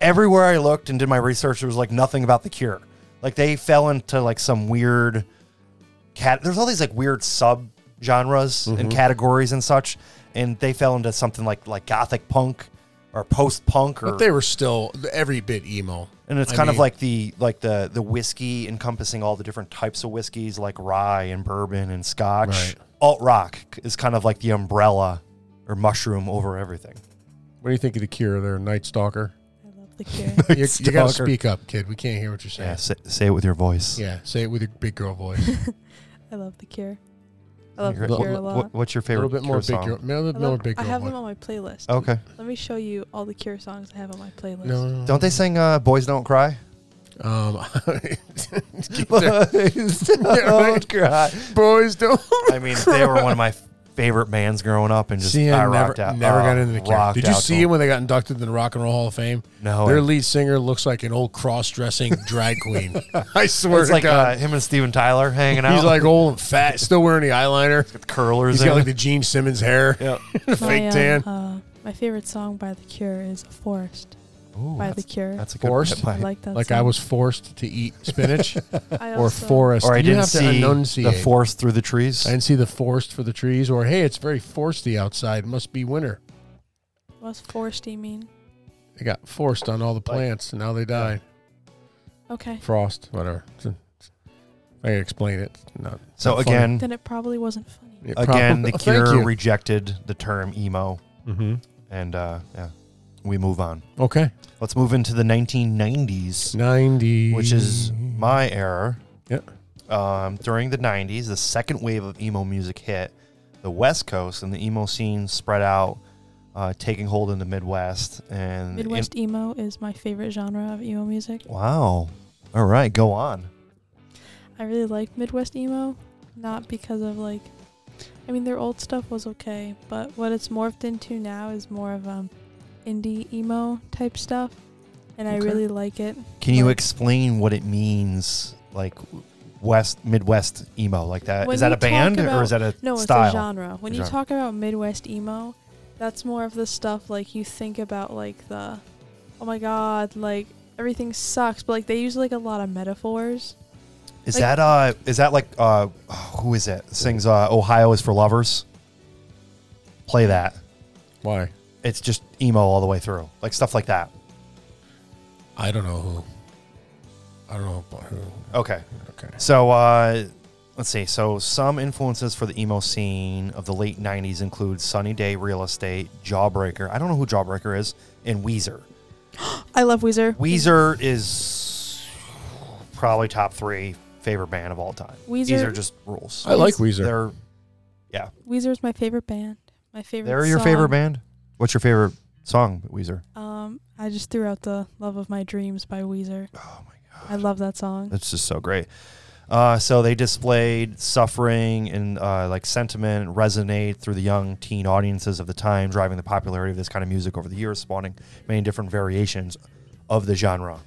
everywhere I looked and did my research, there was like nothing about the Cure. Like they fell into like some weird cat. There's all these like weird sub genres
Mm-hmm.
and categories and such, and they fell into something like like gothic punk or post punk or
But they were still every bit emo.
and it's
I
kind of
mean,
like the like the the whiskey encompassing all the different types of whiskeys like rye and bourbon and scotch.
Right.
Alt rock is kind of like the umbrella or mushroom over everything.
What do you think of the cure there, Night Stalker?
I love the cure.
You, you got to
Stalker.
speak up, kid. We can't hear what you're saying.
Yeah, say, say it with your voice.
Yeah, say it with your big girl voice.
I love the cure. I love the
Your-
Look-
cure a
what-
lot.
what- what's your
a
favorite
little bit more
Cure
big
song?
girl. A little
I,
bit more
love,
big
I
girl
have them
voice.
on my playlist.
Okay.
Let me show you all the Cure songs I have on my playlist.
No, no, no.
Don't they sing uh, "Boys Don't Cry"?
Um,
Boys
right.
cry.
boys don't.
Oh, I mean, they were one of my favorite bands growing up, and just
See, I,
I rocked
never,
out.
never
uh,
got into the cure.
rocked
Did you
out to
see him when they got inducted in the Rock and Roll Hall of Fame?
No.
Their lead singer looks like an old cross-dressing drag queen. I swear
It's
to
like uh,
God.
him and Steven Tyler hanging out.
He's like old and fat, still wearing the eyeliner.
curlers.
He's
in
got like
it.
the Gene Simmons hair,
Yep.
the
My,
fake
uh,
tan.
Uh, my favorite song by The Cure is Forest
Ooh,
by The
that's,
Cure.
that's a good
Forced?
I like that.
Like
song.
I was forced to eat spinach
I
or
also-
forest.
Or I
you
didn't
have to
see
enunciate.
the forest through the trees.
I didn't see the forest for the trees. Or hey, it's very foresty outside. must be winter.
What's foresty mean?
They got forced on all the plants, and now they die.
Okay.
Frost, whatever. It's- it's- I can explain it. It's Not
so
not funny.
again,
Then it probably wasn't funny.
It
again,
probably-
the
Oh, thank
Cure
you.
rejected the term emo,
Mhm.
and uh, yeah, we move on.
Okay,
Let's move into the 1990s,
ninety,
which is my error.
Yeah.
Um, during the 90s, the second wave of emo music hit the West Coast, and the emo scene spread out, uh, taking hold in the Midwest. And
Midwest emo is my favorite genre of emo music.
wow. All right, go on.
I really like Midwest emo, not because of like, I mean their old stuff was okay, but what it's morphed into now is more of um, indie emo type stuff, and I
Okay.
really like it.
Can you
Like-
explain what it means, like West Midwest emo, like that? Uh, Is
When
that
you
a band
talk
or is
about-
that a
No,
style?
it's a genre. When
A
you
genre.
talk about Midwest emo, that's more of the stuff like you think about like the, oh my god, like everything sucks, but like they use like a lot of metaphors.
Is
Like-
that uh? Is that like uh? Who is it? Sings uh, "Ohio is for Lovers." Play that.
Why?
It's just emo all the way through, like stuff like that.
I don't know who. I don't know about who.
Okay.
Okay.
So uh, let's see. So some influences for the emo scene of the late '90s include Sunny Day, Real Estate, Jawbreaker. I don't know who Jawbreaker is, and Weezer.
I love Weezer.
Weezer is probably top three favorite band of all time.
Weezer-
Weezer just rules.
I like Weezer.
They're
Weezer is my favorite band. My favorite.
they're your
song.
favorite band. What's your favorite song, Weezer?
Um, I just threw out the "Love of My Dreams" by Weezer.
Oh my
I love that song.
That's just so great. Uh, so they displayed suffering and uh, like sentiment and resonate through the young teen audiences of the time, driving the popularity of this kind of music over the years, spawning many different variations of the genre.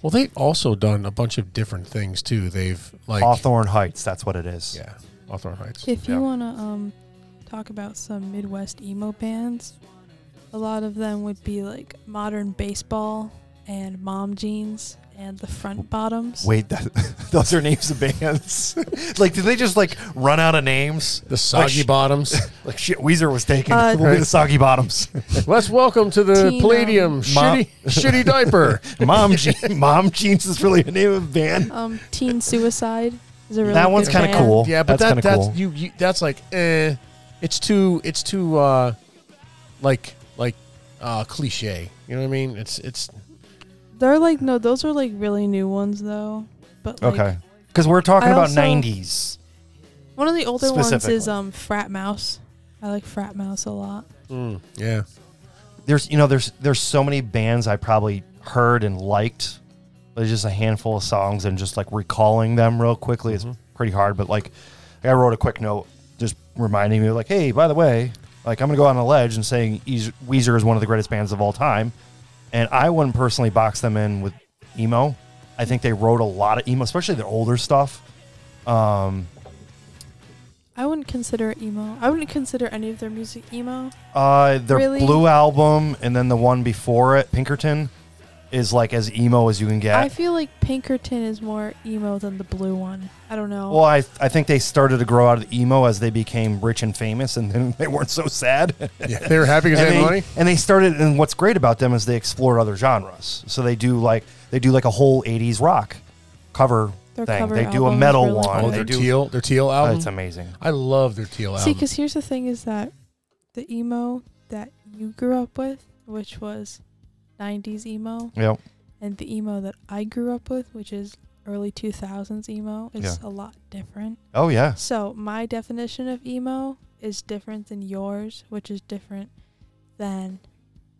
Well, they've also done a bunch of different things too. They've like
Hawthorne Heights, that's what it is.
Yeah, Hawthorne Heights.
If
Yeah.
you wanna um, talk about some Midwest emo bands, a lot of them would be like Modern Baseball and Mom Jeans and the Front Bottoms.
Wait, that, those are names of bands. like, did they just like run out of names?
The soggy
sh-
bottoms.
Like shit, Weezer was taken.
Uh,
we'll be the soggy bottoms.
Let's welcome to the
Teen, um,
Palladium.
Ma-
shitty, shitty diaper.
Mom, Je- Mom Jeans is really the name of a band.
Um, Teen Suicide is a really
that one's
kind of
cool.
Yeah, but
that's
that,
kind
that's
of cool.
you, you. That's like, eh, it's too, it's too, uh, like, like, uh, cliche. You know what I mean? It's, it's.
They're like no, those are like really new ones though. But like,
okay, because we're talking
I
about
also-
'90s.
one of the older ones is
Specifically.
um Frat Mouse. I like Frat Mouse a lot.
mm, yeah.
There's you know there's there's so many bands I probably heard and liked. There's just a handful of songs and just like recalling them real quickly is pretty hard. But like, I wrote a quick note just reminding me like, hey, by the way, like I'm gonna go out on a ledge and saying Eas- Weezer is one of the greatest bands of all time, and I wouldn't personally box them in with emo. I think they wrote a lot of emo, especially their older stuff. Um,
I wouldn't wouldn't consider it emo. I wouldn't consider any of their music emo.
Uh, their
Really?
blue album and then the one before it, Pinkerton, is like as emo as you can get.
I feel like Pinkerton is more emo than the blue one. I don't know.
well, I, I think they started to grow out of the emo as they became rich and famous, and then they weren't so sad.
Yeah, they were happy because they had
and, they,
money.
and they started. And what's great about them is they explored other genres. So they do like they do like a whole '80s rock cover
Their
thing.
cover
they do a
albums
metal
were, like,
one.
Oh,
they
their
do.
teal, their teal
Oh,
album.
it's amazing.
I love their teal
See,
album.
because here's the thing: is that the emo that you grew up with, which was '90s emo,
Yep.
and the emo that I grew up with, which is early 2000s emo, is a lot different.
Oh yeah.
So my definition of emo is different than yours, which is different than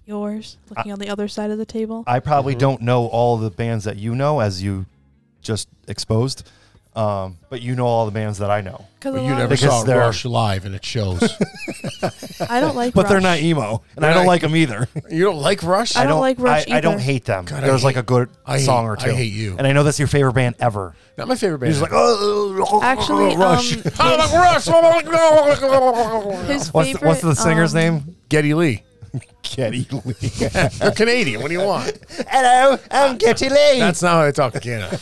yours. Looking on the other side of the table,
I probably
Mhm.
don't know all the bands that you know, as you just exposed, um, but you know all the bands that I know.
because
But you never
Because
saw
they're-
Rush live, and it shows.
I don't like.
But they're not
Rush.
emo, and
They're
I don't
not-
like them either.
you don't like Rush?
I don't like Rush
I, I don't
either.
hate them.
God, I
There's like
hate-
a good
I hate-
song or two.
I hate you.
and I know that's your favorite band ever.
Not my favorite band.
You're just like, oh,
Actually,
Rush.
um,
I like Rush.
what's,
His
the,
favorite,
what's the singer's
um,
name?
Getty Lee.
Getty Lee.
They're Canadian. What do you want?
Hello, I'm Getty Lee.
That's not how they talk in Canada.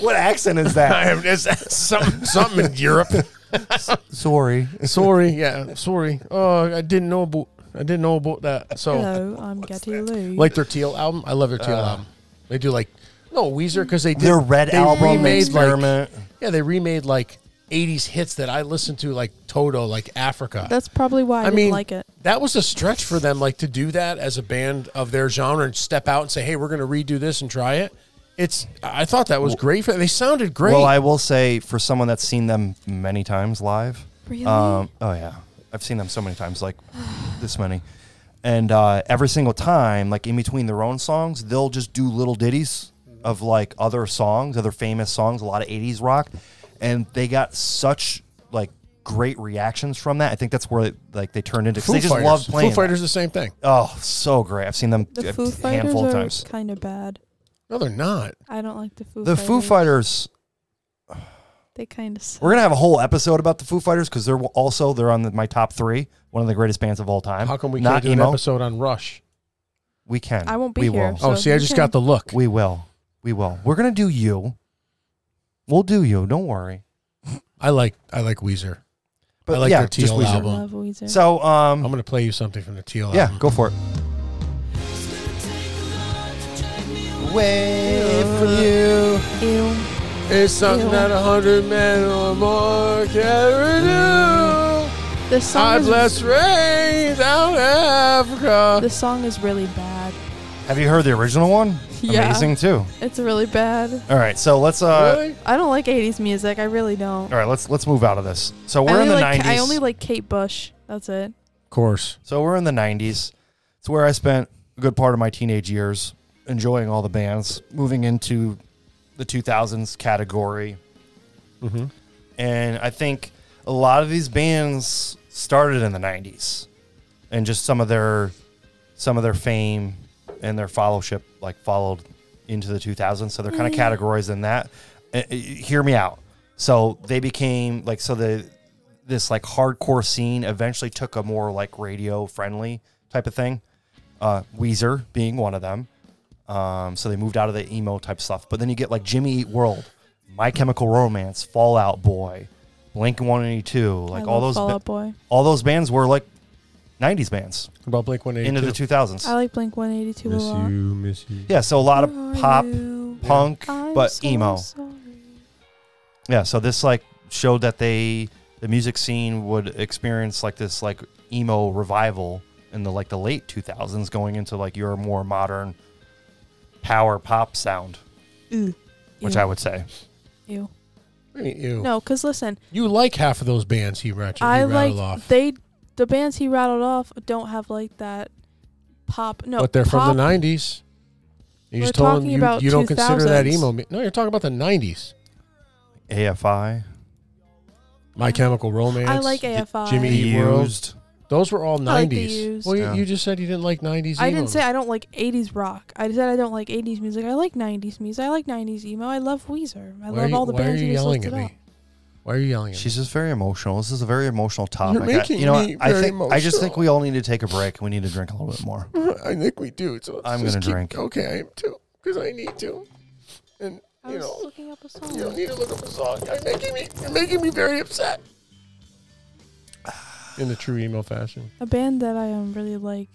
what accent is that?
I have it's something, something in Europe.
Sorry.
Sorry, yeah, sorry. Oh, I didn't know about. I didn't know about that.
Oh,
So,
Hello, I'm Getty Lou.
like their Teal album, I love their Teal album. They do like no Weezer because they did
Their Red
they
Album
remade, like-
experiment.
yeah, they remade like '80s hits that I listened to, like Toto, like Africa.
That's probably why I,
I
didn't
mean,
like it.
that was a stretch for them, like to do that as a band of their genre and step out and say, "Hey, we're going to redo this and try it." It's. I thought that was great. For, they sounded great.
Well, I will say for someone that's seen them many times live.
Really?
Um, oh yeah, I've seen them so many times, like this many, and uh, every single time, like in between their own songs, they'll just do little ditties of like other songs, other famous songs, a lot of '80s rock, and they got such like great reactions from that. I think that's where like they turned into. 'cause
Foo
they just
Fighters.
love playing.
Foo
that.
Fighters, the same thing.
Oh, so great! I've seen them
The
a
Foo Fighters
handful of
are
times.
kind of bad.
No, they're not.
I don't like the Foo.
The
Fighters.
Foo Fighters
They kind of.
We're gonna have a whole episode about the Foo Fighters because they're also they're on the, my top three, one of the greatest bands of all time.
How come we
Not
can't do an
emo.
episode on Rush?
We can.
I won't be
we
here.
Will.
Oh,
So
see, I
you
just
can-
got the look.
We will. We will. We're gonna do you. We'll do you. Don't worry.
I like I like Weezer. I like
yeah,
their
just
Teal
Weezer.
I
album.
love Weezer.
So
I'm
um,
going to play you something from the Teal
yeah,
album.
go for it. Away from you.
Ew.
It's something
Ew.
that a hundred men or more can do.
This song
I
is
bless rain down Africa.
This song is really bad.
Have you heard the original one?
Yeah.
Amazing too.
It's really bad.
All right, so let's uh.
really?
I don't like 80s music. I really don't.
All right, let's let's move out of this. So
I
we're
only
in the
like,
90s.
I only like Kate Bush. That's it.
Of course.
So we're in the 90s. It's where I spent a good part of my teenage years enjoying all the bands, moving into the 2000s category. And I think a lot of these bands started in the 90s and just some of their some of their fame and their followship like followed into the 2000s so they're
Mm.
kind of categorized in that Uh, uh, hear me out so they became like so the this like hardcore scene eventually took a more like radio friendly type of thing. Uh, Weezer being one of them. Um, so they moved out of the emo type stuff. But then you get like Jimmy Eat World, My Chemical Romance, Fallout Boy, Blink 182, like
I
all
love
those
Fall
ba-
Out Boy.
all those bands were like 90s bands
What about Blink
into the
182?
2000s.
I like Blink 182 a lot.
miss you.
yeah, so a lot of
Where are
pop,
you?
punk,
Oh, I'm
but
so
emo.
sorry.
Yeah, so this like showed that they the music scene would experience like this like emo revival in the like the late 2000s going into like your more modern power pop sound,
Ew.
which
Ew.
I would say.
Ew.
What do you mean, ew?
No, because listen,
You like half of those bands he ratchet.
I
he rattled
like
off.
they the bands he rattled off don't have like that pop. No,
but they're
pop,
from the 90s. You
We're
just told
talking
them you,
about
you don't consider that
2000s.
emo. mu- No, you're talking about the 90s.
AFI
My Chemical Romance.
I like
J-
AFI.
Jimmy Eat World.
used
Those were all 90s.
I like the used.
Well, you,
Yeah.
you just said you didn't like 90s
I
emo.
didn't say I don't like 80s rock. I said I don't like 80s music. I like 90s music. I like 90s emo. I love Weezer. I
Why are
love
you-
all the
why
bands
are you
you just
yelling
listed
at me?
up.
Why are you yelling at me?
She's just very emotional. This is a very emotional topic. I-
making
you know, what?
me
I
very
think I just think
emotional.
we all need to take a break. We need to drink a little bit more.
I think we do. So let's
I'm
just
gonna
keep-
drink.
Okay, I am too, because I need to. And
I
you
was
know,
looking up a
you don't
song.
need to look up a song. You're making me, you're making me very upset. In the true emo fashion.
A band that I um really like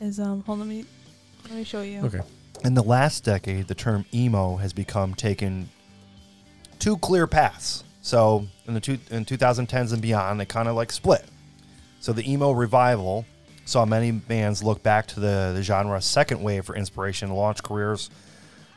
is um hold on, let me let me show you.
Okay.
In the last decade, the term emo has become taken two clear paths. So in the two, in 2010s and beyond, they kind of like split. So the emo revival saw many bands look back to the, the genre's second wave for inspiration, and launch careers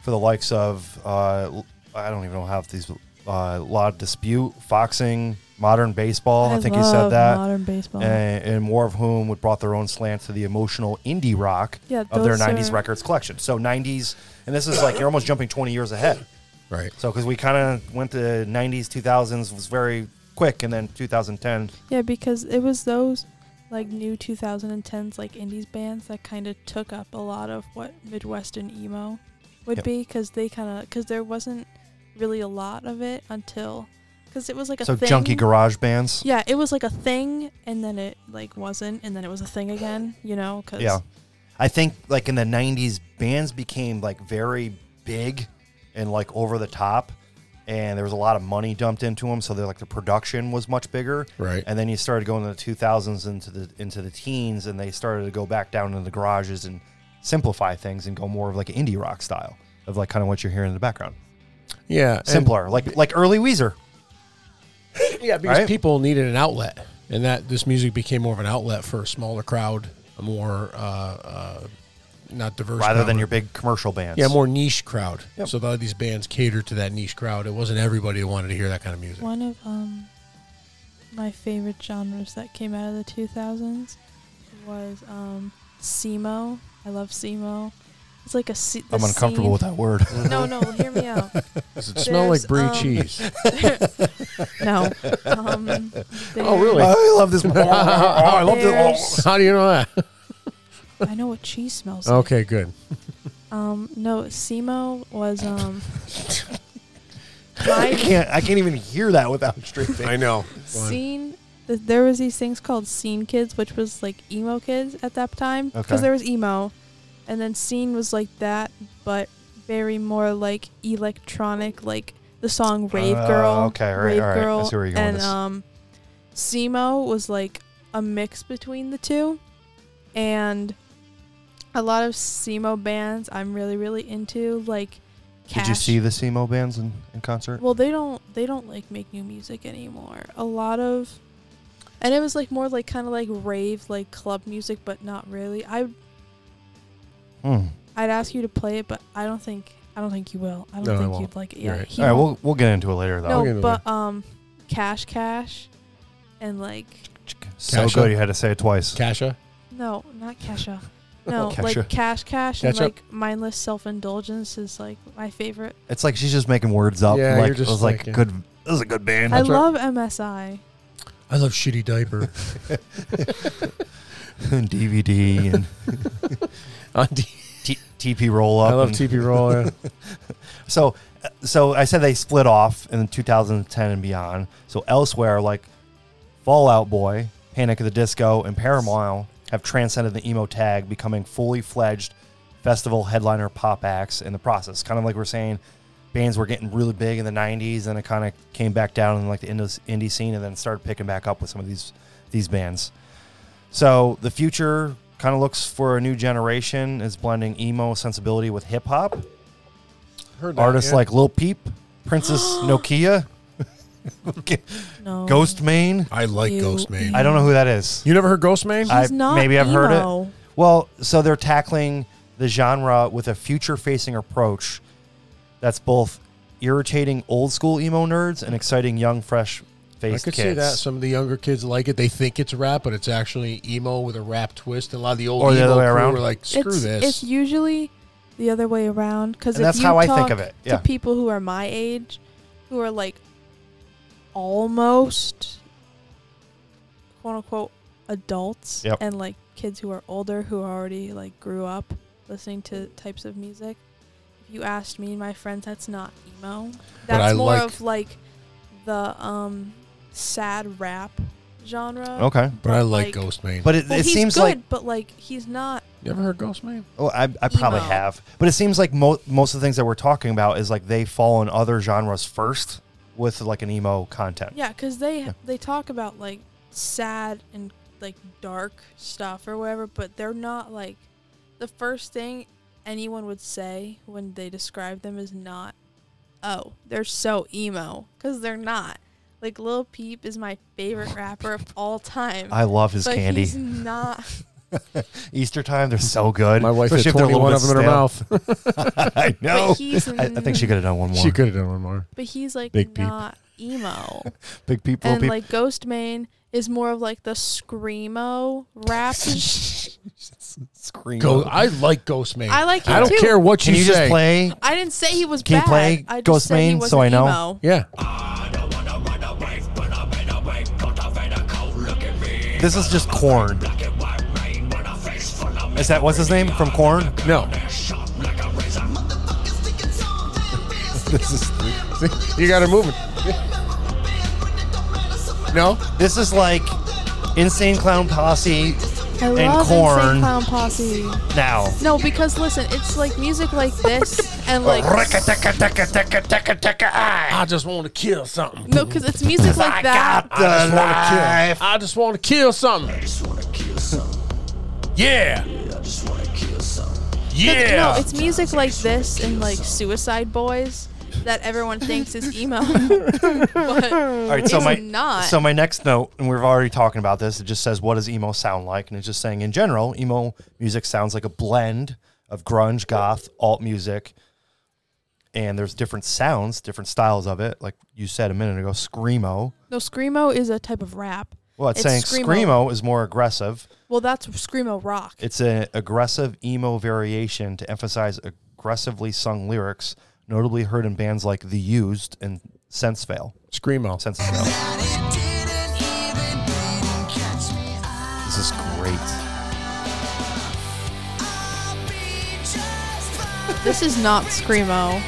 for the likes of uh, I don't even know how these uh, Law Dispute, Foxing, Modern
Oh,
Baseball. I, think he said
love
that.
Modern baseball.
and, and more of whom would brought their own slant to the emotional indie rock
Yeah,
of their
those uh,
90s
are-
records collection. So 90s, and this is like you're almost jumping 20 years ahead.
Right.
So because we kind of went to 90s, 2000s was very quick, and then 2010.
Yeah, because it was those like new 2010s like indies bands that kind of took up a lot of what Midwestern emo would
Yep.
be 'cause be because they kind of because there wasn't really a lot of it until because it was like a
So
thing.
junky garage bands.
Yeah, it was like a thing, and then it like wasn't, and then it was a thing again. You know, because
Yeah. I think like in the 90s, bands became like very big and like over the top. And there was a lot of money dumped into them, so they're like the production was much bigger.
Right.
And then you started going to the 2000s into the into the teens, and they started to go back down into the garages and simplify things and go more of like an indie rock style of like kind of what you're hearing in the background,
Yeah. and-
simpler, like like early Weezer.
yeah, because
right?
people needed an outlet, and that this music became more of an outlet for a smaller crowd, a more uh, uh, not diverse
rather than
crowd.
your big commercial bands.
Yeah, more niche crowd.
Yep.
So a lot of these bands catered to that niche crowd. It wasn't everybody that wanted to hear that kind of music.
One of um my favorite genres that came out of the 2000s was um semo. I love semo. It's like a se- the
I'm uncomfortable with that word.
that. No, no, hear me out.
Does it smell like
There's,
brie
um,
cheese?
no. Um,
Oh, really?
I love this.
I
love this.
How do you know that?
I know what cheese
Oh.
smells like.
Okay, good.
Um, no, semo was um
I
my
can't. I can't even hear that without straight face.
know.
scene th- there was these things called scene kids which was like emo kids at that time because
Okay.
there was emo and then scene was like that but very more like electronic like the song rave
Uh,
girl
okay, all right,
rave
all right. I
girl
see where you're going with
and
this.
um semo was like a mix between the two and a lot of semo bands i'm really really into like Cash.
Did you see the Semo bands in, in concert?
Well, they don't they don't like make new music anymore. A lot of and it was like more like kind of like rave like club music, but not really. I
Hmm.
I'd ask you to play it, but I don't think I don't think you will. I don't
No, I
think
won't.
you'll like it.
You're
Yeah.
right.
he
All right,
won't.
we'll we'll get into it later though.
I'll get
no,
it
but um Cash Cash and like
So
Cash
good
up.
you had to say it twice.
Kasha?
no, not Kesha. No,
Oh, Kesha.
like Cash Cash and
Ketchup.
like mindless self-indulgence is like my favorite.
It's like she's just making words up.
Yeah,
like,
you're just
it was like
thinking.
good. This is a good band.
I
That's right.
love MSI.
I love shitty diaper
and DVD and
on D-
T- TP roll up.
I love
and-
TP Roll. yeah.
So, uh, so I said they split off in 2010 and beyond. So elsewhere, like Fallout Boy, Panic at the Disco, and Paramore have transcended the emo tag, becoming fully fledged festival headliner pop acts in the process. Kind of like we're saying, bands were getting really big in the 90s, and it kind of came back down in like the indie indie scene, and then started picking back up with some of these these bands. So the future kind of looks for a new generation is blending emo sensibility with hip hop.
Heard that,
Artists
yeah.
like Lil Peep, Princess Nokia,
No.
Oh.
Ghost Main.
I like
You-
Ghost Maid.
I don't know who that is.
You never heard Ghost Maid?
I-
He's not
maybe I've heard it.
emo.
Well, so they're tackling the genre with a future-facing approach that's both irritating old school emo nerds and exciting young fresh
I
faced
could
kids.
see that some of the younger kids like it. They think it's rap, but it's actually emo with a rap twist. And a lot of the old
Or the
emo
other way
crew
around.
were like, "Screw
it's,
this."
It's usually the other way around because
And that's
you
how I
talk
think of it, yeah.
To people who are my age, who are like almost quote unquote adults,
Yep.
and like kids who are older who already like grew up listening to types of music. If you asked me and my friends, that's not emo. That's
I
more
like-
of like the um sad rap genre.
Okay.
But I like,
Like-
Ghost Main.
But it,
Well,
it
he's
seems
good,
like
but like he's not.
you ever heard Ghost Main?
oh, I, I probably
emo.
have, but it seems like mo- most of the things that we're talking about is like they fall in other genres first with like an emo content.
Yeah, because they
Yeah.
they talk about like sad and like dark stuff or whatever, but they're not like the first thing anyone would say when they describe them is not, oh, they're so emo, because they're not. Like Lil Peep is my favorite rapper of all time.
I love his
but
candy.
he's not.
Easter time, they're so good.
My wife had
Especially if they're a
21 of
little
them
bit
in her
stale.
mouth.
I know.
But he's
I, I think she could have done one more.
she could have done one more.
But he's like
Big Peep.
not emo.
Big people.
and
people.
like Ghost Main is more of like the screamo rap.
Scream.
Go, I like Ghost Main.
I like
I
him
don't
too.
care what you,
Can you
say.
just play?
I didn't say he was
Can you
bad.
play
I just
Ghost
said he
Main
was
so I know?
Emo.
Yeah.
don't wanna run away, but I'm in a way. Put off in a coat, look at me.
This is just corn.
Black and white rain when a face full of
Is that what's his name from Corn?
No.
sharp like a razor.
This is. you got her moving. no.
This is like Insane Clown Posse
I
And
love
corn.
Insane Clown Posse.
now.
No, because listen, it's like music like this and like
I just want to kill something.
no, because it's music like that.
I just want to kill. I just want to kill something. Yeah. Yeah.
No, it's music like this and like Suicide Boys that everyone thinks is emo. but
All right, so
It's
my
not.
so my next note, and we've already talking about this. It just says, "What does emo sound like?" And it's just saying, in general, emo music sounds like a blend of grunge, goth, alt music, and there's different sounds, different styles of it. Like you said a minute ago, screamo.
no, screamo is a type of rap.
Well, it's, saying screamo. is more aggressive.
Well, that's screamo rock.
It's an aggressive emo variation to emphasize aggressively sung lyrics, notably heard in bands like The Used and Sensefail.
Screamo.
Sensefail. This is great.
this is not screamo.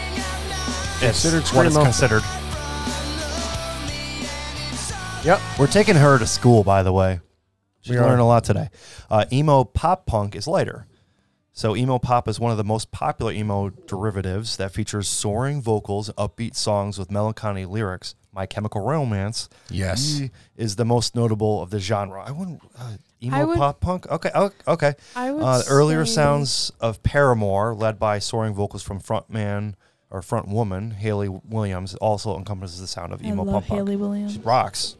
It's
Considered
what it's
screamo.
considered.
Yep.
We're taking her to school, by the way. She's
We are.
learned a lot today. Uh, emo pop punk is lighter. So emo pop is one of the most popular emo derivatives that features soaring vocals, upbeat songs with melancholy lyrics. My Chemical Romance
Yes.
is the most notable of the genre. I wouldn't uh, emo
I would-
pop punk. Okay, o- okay.
I would
Uh, earlier
say-
sounds of Paramore, led by soaring vocals from frontman or front woman Haley Williams, also encompasses the sound of
I
emo
love
pop punk.
Haley Williams.
She rocks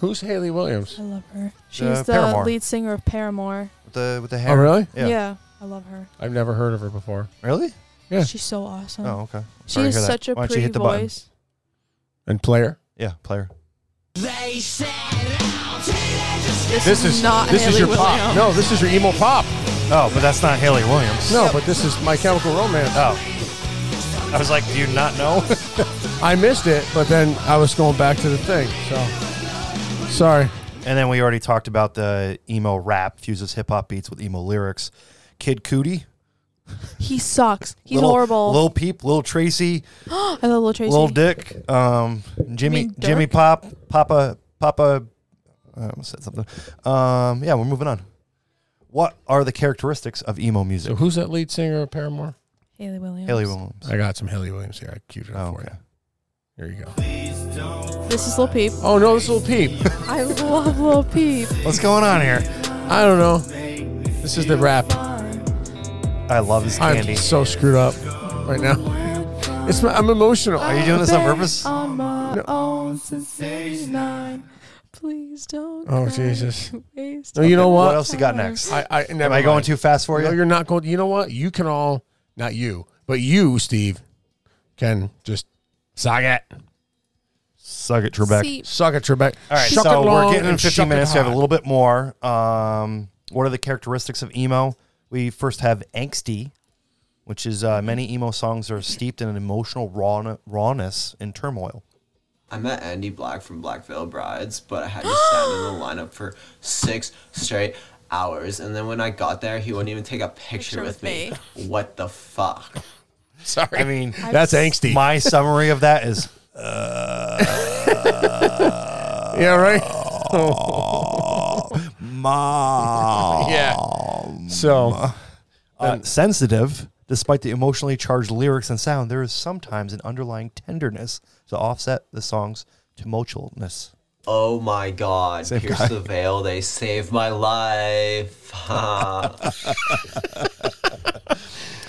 Who's Haley Williams?
I love her. She's
Uh,
the
Paramore.
lead singer of Paramore.
with the with the
Oh,
hair.
really?
Yeah.
I love her.
I've never heard of her before.
Really?
Yeah.
She's so awesome.
Oh, okay.
she
Sorry to
has
hear that.
such a
Why don't you
pretty
hit the button?
voice.
And player.
Yeah, player.
This, is not
this
Haley
is your
Williams.
pop. No, this is your emo pop.
Oh, but that's not Haley Williams.
No, but this is My Chemical Romance.
Oh. I was like, do you not know?
I missed it, but then I was going back to the thing. So sorry.
and then we already talked about the emo rap fuses hip hop beats with emo lyrics. Kid Cootie.
He sucks. He's
Lil-
horrible.
Lil Peep, Lil Tracy,
I love Lil Tracy.
Lil Dick, um, Jimmy,
mean Dirk?
Jimmy Pop, Papa, Papa. I almost said something. Um, yeah, we're moving on. What are the characteristics of emo music?
So who's that lead singer of Paramore?
Haley Williams.
Haley Williams.
I got some Haley Williams here. I queued it
Oh,
up for
okay.
you. Here you go.
This is Lil Peep.
Oh no, this little peep.
I love Lil Peep.
What's going on here?
I don't know. This is the rap.
I love this
I'm
candy.
so screwed up right now. It's my, I'm emotional.
Oh.
Are you doing this on purpose?
On my own since 89. Please don't.
Oh,
cry.
Jesus.
Waste
No, you know what?
What else you got next?
I, I never
Am I going
mind.
too fast for
No,
you?
you're not going. You know what? You can all, not you, but you, Steve, can just suck it,
Suck it, Trebek.
See,
suck it, Trebek.
All right,
Shuck
so
it long
we're getting in
and shuck
15
it
minutes. We have a
hot.
little bit more. Um, what are the characteristics of emo? We first have angsty, which is uh, many emo songs are steeped in an emotional rawn- rawness and turmoil.
I met Andy Black from Black Veil Brides, but I had to stand in the lineup for six straight hours. And then when I got there, he wouldn't even take a picture,
Picture with
with me. What the fuck?
Sorry,
I mean,
that's angsty.
my summary of that is
yeah, right.
Ma.
yeah. So
Uh, sensitive, despite the emotionally charged lyrics and sound, there is sometimes an underlying tenderness to offset the song's tumultuousness.
Oh my God!
Same
Pierce
guy.
the veil. They saved my life. Ha.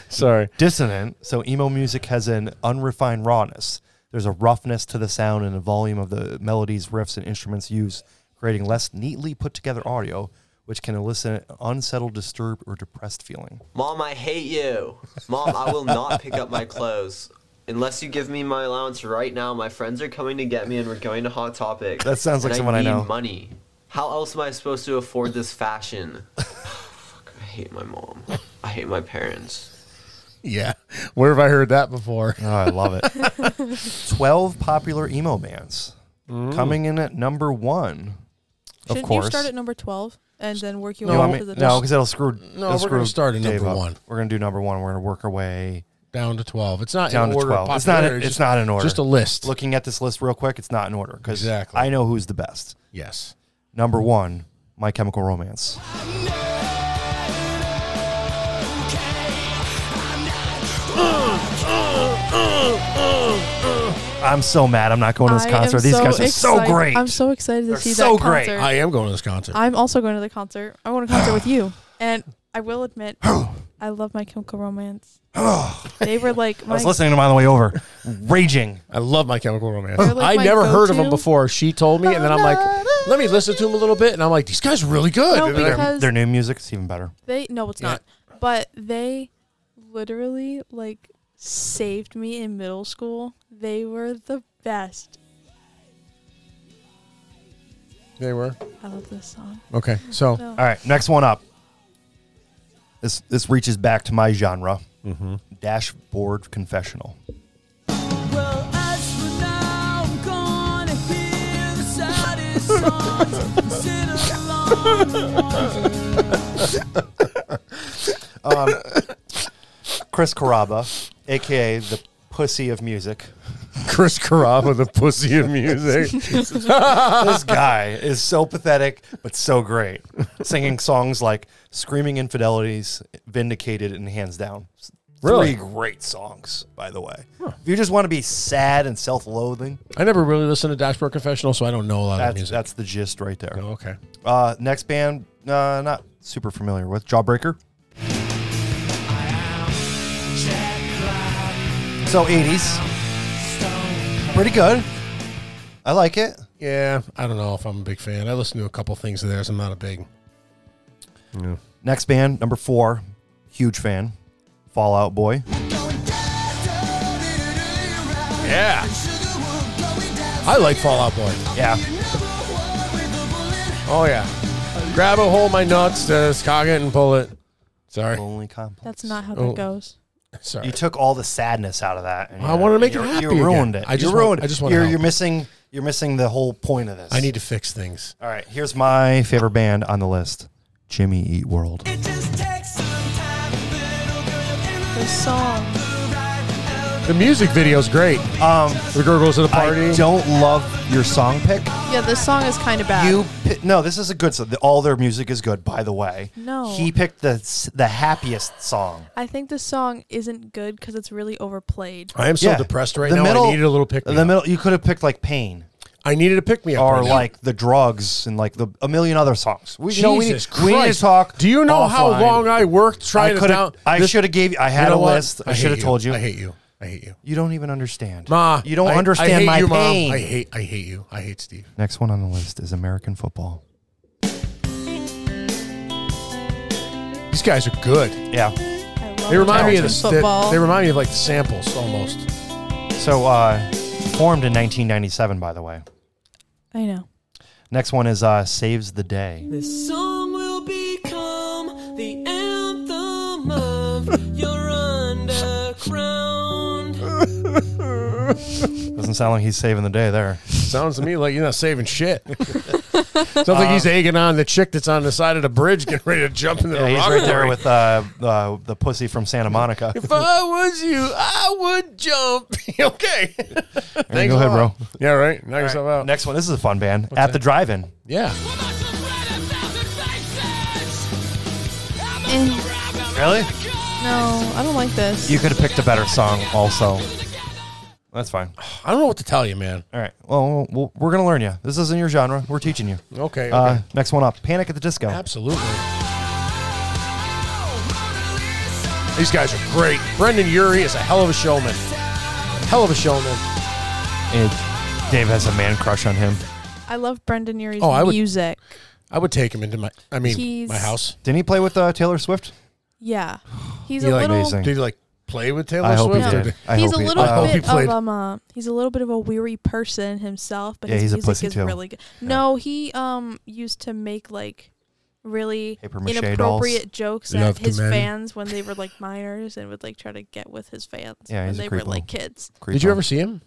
sorry.
Dissonant, so emo music has an unrefined rawness. There's a roughness to the sound and the volume of the melodies, riffs, and instruments used, creating less neatly put together audio, which can elicit an unsettled, disturbed, or depressed feeling.
Mom, I hate you. Mom, I will not pick up my clothes. Unless you give me my allowance right now, my friends are coming to get me and we're going to Hot Topic.
That sounds like
and
someone I
need
know.
money. How else am I supposed to afford this fashion? Fuck, I hate my mom. I hate my parents.
Yeah. Where have I heard that before?
Oh, I love it. Mm. 12 popular emo bands coming in at number one.
Shouldn't
of course.
you start at number 12 and then work your
You
way
want
up
me-
to the
no,
top?
because it'll screw. it'll
we're
screw
gonna start at
Dave
number
up.
one.
We're gonna do number one. We're gonna work our way
Down to twelve. It's not in
down to
order of
twelve. It's not.
popularity,
It's
just-
not in order.
Just a list.
Looking at this list real quick, it's not in order because
Exactly.
I know who's the best.
Yes.
Number one, My Chemical Romance. I'm so mad. I'm not going to this
I am
concert. These
so
guys are so
excited-
great.
I'm so excited to
They're
see
so
that
great.
concert.
I am going to this concert.
I'm also going to the concert. I'm going to concert with you. And I will admit, I love My Chemical Romance. they were like
I
my
was listening to them on the way over, raging.
I love My Chemical Romance.
They're like
I
my
never heard of them
go-to.
before. She told me, and then I'm like, let me listen to them a little bit, and I'm like, these guys are really good.
No,
And then I-
because-
Their new music is even better.
They no, it's not. But they literally like saved me in middle school. They were the best.
they were
I love this song.
okay. So
No.
All right, next one up. This this reaches back to my genre. Dashboard confessional. Um, Chris Caraba, aka the pussy of music.
Chris Caraba, the pussy of music.
This guy is so pathetic, but so great. Singing songs like "Screaming Infidelities," "Vindicated," and "Hands Down."
Really?
Three great songs, by the way. If you just want to be sad and self-loathing,
I never really listened to Dashboard Confessional, so I don't know a lot of
that's
music.
that's the gist right there.
Oh, okay.
Uh, next band, uh, not super familiar with Jawbreaker. So 80s. Pretty good. I like it.
Yeah, I don't know if I'm a big fan. I listened to a couple things of theirs. I'm not a big.
Next band, number four, huge fan, Fallout Boy.
Yeah. I like Fallout Boy.
Yeah.
Oh yeah. Grab a hold of my nuts, just cock it and pull it. Sorry.
Lonely Complex.
That's not how
Oh.
that goes.
Sorry.
You took all the sadness out of that. and
I wanted to make it
you-
happy
You
again.
ruined it.
I just
you
want-
ruined it.
I just want
you're,
help.
you're missing. You're missing the whole point of this.
I need to fix things.
All right. Here's my favorite band on the list, Jimmy Eat World.
This song.
The music video's great.
Um,
The girl goes to the party.
I don't love your song pick.
Yeah, this song is kind of bad.
You pi- no, this is a good song. The- All their music is good, by the way.
No.
he picked the s- the happiest song.
I think this song isn't good because it's really overplayed.
I am so depressed right now. I needed a little pick.
In the middle, you could have picked like pain
I needed a pick me up.
or
right now.
like the drugs and like the a million other songs. We, you know, we need-
Jesus
we need,
Christ.
to talk.
Do you know how
offline.
long I worked
I
trying to
coulda-
down?
I
this-
should have gave. I
You
had
know
a
what?
list. I,
hate
should have told you.
I hate you. I hate you.
You don't even understand.
Ma,
you don't
I- I
understand
hate
my
you, Mom.
pain.
I hate. I hate you. I hate Steve.
Next one on the list is American football.
These guys are good.
Yeah.
I love
They remind me of the
American
st-
football.
They remind me of like the samples almost.
So uh, formed in 1997, by the way.
I know.
Next one is uh, Saves the Day.
This song will become the anthem of your underground.
Doesn't sound like he's saving the day there.
Sounds to me like you're not saving shit. Sounds like he's egging on the chick that's on the side of the bridge, getting ready to jump into
Uh, Yeah,
the
he's
rock
right there
quarry.
with uh, uh, the pussy from Santa Monica.
If I was you, I would jump. okay. Thanks
go
a
ahead,
lot.
bro.
Yeah, right. Knock yourself out.
Next one. This is a fun band. At the drive-in.
Yeah.
Really?
No, I don't like this.
You could have picked a better song. Also, that's fine.
I don't know what to tell you, man.
All right. Well, we'll we're gonna learn you. This isn't your genre. We're teaching you.
Okay. okay.
Uh, next one up. Panic at the Disco.
Absolutely. These guys are great. Brendan Urie is a hell of a showman. Hell of a showman.
And Dave has a man crush on him.
I love Brendan Urie's
Oh, I would-
music.
I would take him into my, I mean,
He's-
my house.
Didn't he play with uh, Taylor Swift?
Yeah, he's
He
a
like-
little.
Amazing.
Did he like play with Taylor
I hope he
Swift? or
did. I
he's a
hope he-
little
I hope he
bit
played.
of um, uh, he's a little bit of a weary person himself, but
Yeah,
his
he's a
music
pussy
is
too.
really good. No, he um used to make like really
Paper mache
inappropriate jokes
Love
at
to
his
men.
fans when they were like minors and would like try to get with his fans
Yeah,
when
he's a
they
creep
were like
little-
kids.
Creep
Did you
on.
ever see him?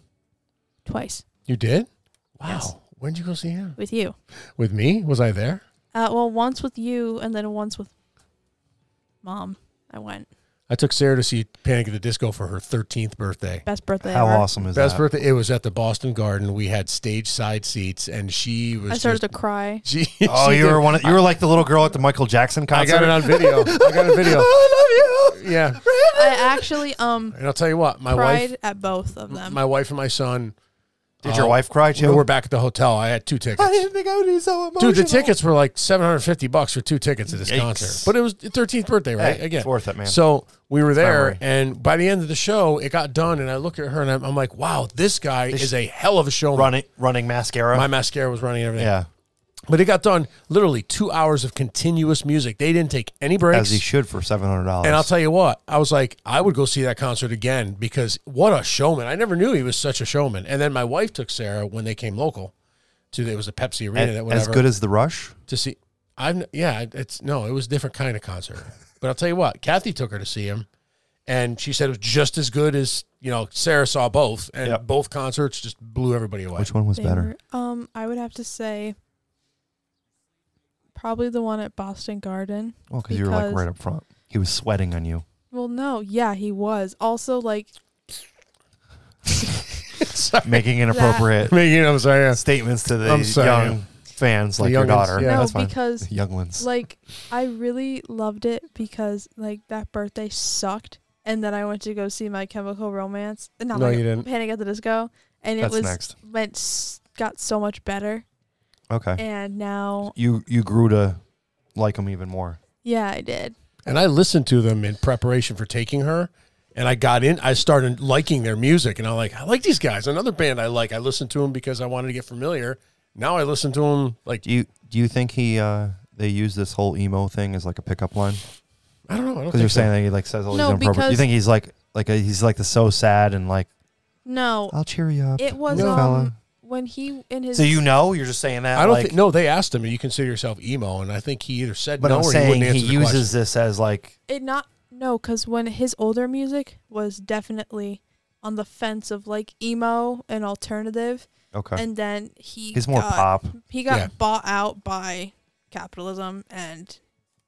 Twice
You did? Wow.
Yes.
When did you go see him?
with you.
With me? Was I there?
Uh, well, once with you and then once with mom. I went
I took Sarah to see Panic at the Disco for her 13th birthday.
best birthday
How
ever.
awesome is
Best
that?
birthday. It was at the Boston Garden. We had stage side seats, and she was.
I started
just-
to cry.
She,
Oh,
she
you
did-
were one. Of, you were like the little girl at the Michael Jackson
I
concert.
got it on video. I got a video.
I love you.
Yeah.
I actually um
And I'll tell you what, my
cried
wife,
at both of them.
my wife and my son.
Did your wife cry too?
we Oh. were back at the hotel. I had two
I
tickets.
didn't think I would be so emotional.
Dude, the tickets were like seven hundred fifty bucks for two tickets at this
Yikes.
concert. But it was thirteenth birthday, right?
Hey, it's worth it, man.
So we were there,
memory.
and by the end of the show, it got done, and I look at her and I'm, I'm like, "Wow, this guy is a hell of a showman."
running running mascara.
My mascara was running and everything.
yeah,
But it got done literally two hours of continuous music. They didn't take any breaks.
as he should for seven hundred dollars.
And I'll tell you what, I was like, I would go see that concert again because what a showman. I never knew he was such a showman. And then my wife took Sarah when they came local to it was a Pepsi Arena that whatever
as good as the Rush.
to see I've yeah, it's no, it was a different kind of concert. But I'll tell you what, Kathy took her to see him and she said it was just as good as, you know, Sarah saw both and
Yep.
both concerts just blew everybody away.
Which one was
They
better?
were- um, I would have to say probably the one at Boston Garden.
Well, because you were like
because-
right up front. He was sweating on you.
Well, no, yeah, he was also like
Sorry.
making inappropriate
Making I'm sorry. yeah.
statements to the
I'm sorry.
young fans,
The
like your
youngins,
daughter.
yeah. No,
that's
no
fine.
because
young ones.
like I really loved it because like that birthday sucked, and then I went to go see My Chemical Romance. uh, Not
No,
like
you didn't.
Panic at the Disco, and
That's
it was
next.
went s- got so much better,
Okay,
and now
you you grew to like him even more.
yeah, I did.
and I listened to them in preparation for taking her. And I got in. I started liking their music, and I'm like, I like these guys. Another band I like. I listened to them because I wanted to get familiar. Now I listen to them like
Do you do you think he uh they use this whole emo thing as like a pickup line?
I don't know. I don't
Because
think
you're
so.
saying that he like says all
No,
these inappropriate. You
because-
think he's like like a, he's like the so sad and like
No,
I'll cheer you up.
it was
No.
um when he in his
so you know you're just saying that.
I don't
like,
think. No, they asked him. You consider yourself emo, and I think he either said
But
no
I'm
or he
saying
wouldn't answer
he
the
uses
question.
this as like
It not no, because when his older music was definitely on the fence of like emo and alternative,
okay.
and then he
he's more
got,
pop.
He got
Yeah.
bought out by capitalism and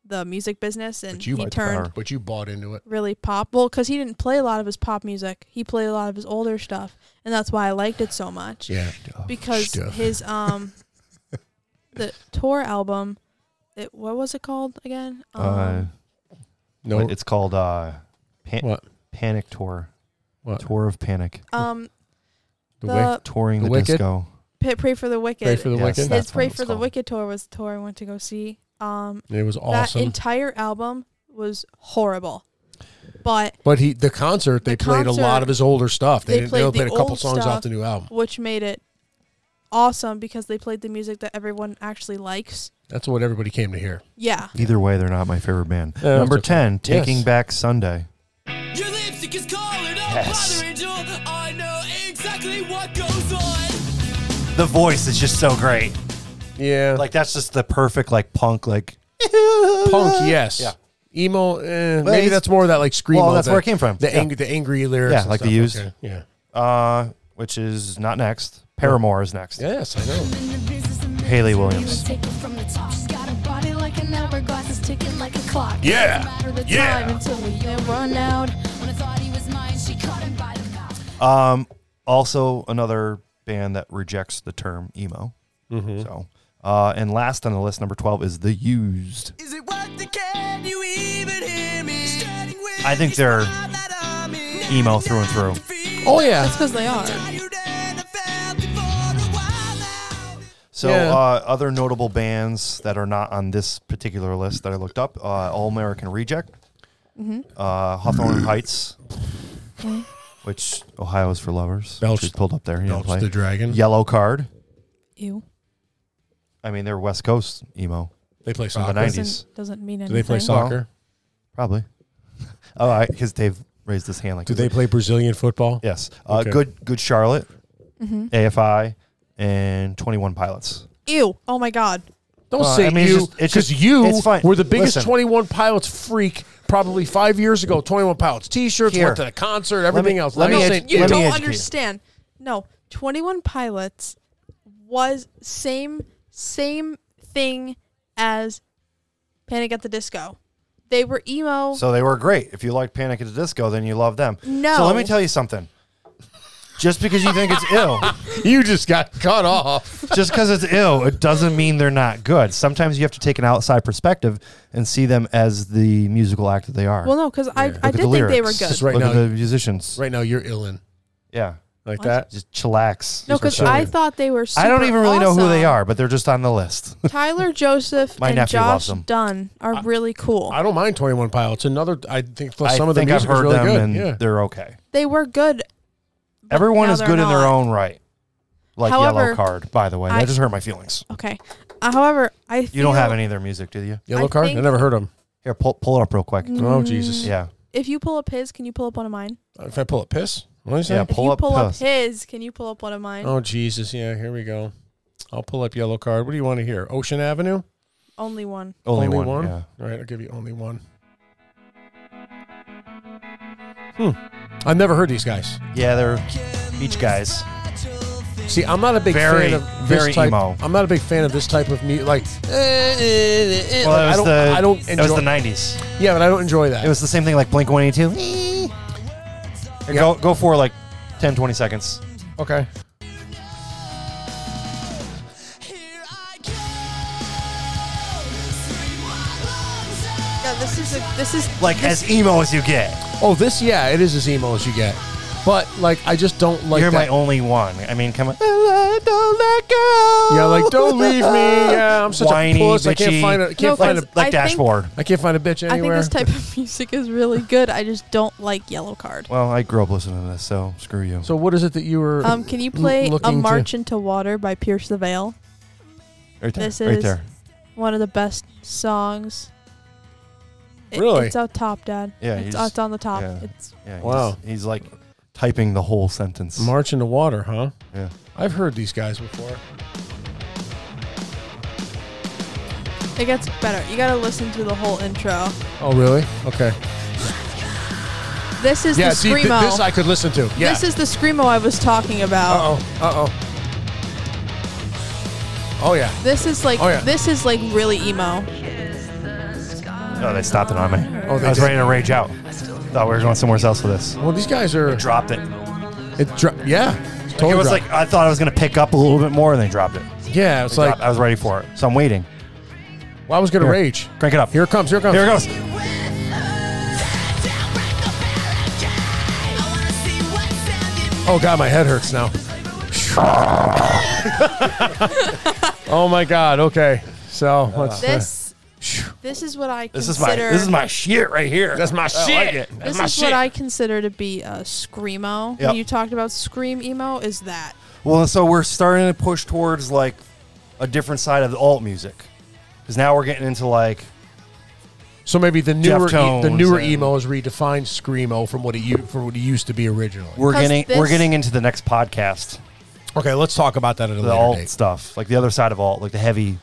the music business, and
you
he
like
turned
her.
But you bought into it.
really pop. Well, because he didn't play a lot of his pop music, he played a lot of his older stuff, and that's why I liked it so much
Yeah.
because
Stuff.
his um the tour album. It, what was it called again? Um,
uh,
No.
it's called uh, pan-
what?
Panic Tour.
What?
Tour of Panic.
um
The,
the,
wick.
Touring
The
the,
Wicked?
disco.
Pray- Pray for the Wicked.
Pray for the
Yes,
wicked.
that-
His
That's what
Pray
it's
for the
called.
Wicked tour was the tour I went to go see. Um,
It was
that
awesome.
entire album was horrible, but
but he, the concert, they
The
played a lot
concert,
of his older stuff. They,
they
didn't,
played
they
the
played a couple
old
songs off
stuff.
the new album.
which made it awesome because they played the music that everyone actually likes.
That's what everybody came to hear.
Yeah,
Either way, they're not my favorite band.
Yeah,
Number
that's okay.
10, Taking
Yes.
Back Sunday.
Your lipstick is colored, oh
Yes.
brother angel, I know exactly what goes on.
The voice is just so great.
Yeah.
Like, that's just the perfect, like, punk, like.
punk, yes.
Yeah.
Emo, eh,
Well,
maybe
he's-
that's more of that like screamo.
Well, that's
the-
where it came from.
The
Yeah.
angry, the angry lyrics.
Yeah,
and
like the
stuff.
used.
Okay, Yeah.
Uh, which is not next. Paramore is next.
Yes, I know.
Haley Williams.
Yeah. Yeah.
Um, also another band that rejects the term emo.
Mm-hmm.
So, uh, and last on the list, number twelve is The Used.
Is it worth it? Can you even hear me? Starting with
I think they're
that I'm in.
emo through and through.
Oh yeah.
That's because they are.
You then have felt it for a while now.
So,
Yeah.
uh, other notable bands that are not on this particular list that I looked up: uh, All American Reject, uh, Hawthorne Heights, which Ohio's for lovers,
Belch-
which is pulled up there. You know,
Belch the
play.
Dragon.
Yellow Card.
Ew.
I mean, they're West Coast emo
They play
from the
soccer.
nineties,
Doesn't, doesn't mean
Do
anything.
they play soccer?
probably. Oh, because Dave raised his hand like
Do they play Brazilian football?
Yes. Uh,
Okay.
Good Good Charlotte,
Mm-hmm.
AFI, and 21 Pilots.
Ew. Oh my god.
Don't
Uh,
say
I mean, it's
you
just- it's
because
just-
you
it's fine.
were the biggest
Listen.
21 Pilots freak probably five years ago. 21 Pilots T-shirts
Here.
went to the concert, everything else.
let
Now
me
you're
edu-
saying
let
you.
me
don't
educate you.
understand. No, Twenty One Pilots was same same thing as Panic at the Disco. They were emo.
So they were great. If you like Panic at the Disco, then you love them.
No.
So let me tell you something. Just because you think it's ill,
you just got cut off.
just because it's ill, it doesn't mean they're not good. Sometimes you have to take an outside perspective and see them as the musical act that they are.
well, no, because I, I
at
did
the
think they were
lyrics.
good.
That's right
Look
now-
at the musicians.
Right now you're illin
Yeah.
like that.
Just chillax.
No,
Just
because
chill.
I thought they were. Super
I don't even really know who they
awesome.
are, but they're just on the list.
Tyler Joseph
My
and
nephew
Josh
loves them.
Dunn are really cool.
I don't mind 21 Pilots. Another, I think plus
I
some of the
think I've
music is
heard
really
them
good.
and
yeah.
they're okay.
they were good. but
Everyone
now
is
they're
good in their
not.
own right. Like yellow
However,
card, by the way.
I-
that just hurt my feelings.
Okay. Uh, however, I
You don't have
feel
any of their music, do you?
Yellow
I
card. I
think-
never heard them.
Here, pull, pull it up real quick.
Mm.
Oh Jesus!
Yeah.
If you pull up his, can you pull up one of mine?
If I pull up piss, what do you say?
Yeah.
If
Pull
you
up
pull
his.
up his, can you pull up one of mine?
Oh Jesus! Yeah, here we go. I'll pull up yellow card. What do you want to hear? Ocean Avenue.
Only one.
Only, one. Yeah.
All right, I'll give you only one. Hmm. I've never heard these guys.
yeah, they're beach guys.
See, I'm not a big
Very,
fan of this
very
type.
emo.
I'm not a big fan of this type of music. Like, eh, eh, eh, eh,
Well,
like, I
that was
don't,
the
I don't
that was
enjoy.
the nineties.
yeah, but I don't enjoy that.
It was the same thing like Blink One Eighty Two. Go go for like 10, 20 seconds.
okay.
Here I go. Sing my lungs out.
Yeah, this is a, this is
Like as emo as you get.
Oh, this yeah, it is as emo as you get. But like, I just don't like
You're my
that.
only one. I mean, come on. Don't let go.
yeah, like don't leave me. Yeah, I'm such
Whiny,
a puss. I can't
bitchy.
find a. I Can't
No,
find a.
but-
Like
I think-
dashboard.
I can't find a bitch
I think
anywhere.
this type of music is really good. I just don't like Yellow Card.
Well, I grew up listening to this, so screw you.
so what is it that you were?
Um, can you
l-
play A
looking to-
March into Water by Pierce the Veil?
right there,
this
right
is-
there.
One of the best songs. It-
Really?
It's out top, Dad.
Yeah, you
it's,
just-
it's on the top.
yeah.
It's
Yeah,
Wow.
He's, he's like typing the whole sentence.
March in the water, huh?
Yeah.
I've heard these guys before.
it gets better. You gotta listen to the whole intro.
Oh, really? Okay.
This is
Yeah,
the
see,
screamo.
th- this I could listen to. Yeah.
This is the screamo I was talking about.
Uh oh. Uh oh. Oh, yeah.
This is like
Oh, yeah.
this is like really emo.
Oh, they stopped it on me.
Oh, they
I was
did.
ready to rage out. Thought we were going somewhere else with this.
Well, these guys are.
Dropped it.
It dro- yeah. Totally
it was
dropped.
like I thought I was going to pick up a little bit more, and they dropped it.
Yeah, it's like.
Dropped- I was ready for it, so I'm waiting.
Well, I was going to
Here.
rage.
Crank it up.
Here it comes. Here it comes.
Here it goes.
Oh, God, my head hurts now. oh, my God. Okay. So, let's. uh,
This this is what I
This
consider
is my this is my shit right here.
that's my shit.
this is what I consider to be a screamo.
Yep.
When you talked about scream emo, is that
Well, so we're starting to push towards like a different side of the alt music, because now we're getting into like
So maybe the newer e- the
Deftones
newer
and-
emo is redefined screamo from what it u- from what it used to be originally.
we're
'Cause
getting
this-
we're getting into the next podcast,
Okay, let's talk about that at a
the
later
alt
date.
stuff, like the other side of alt, like the heavy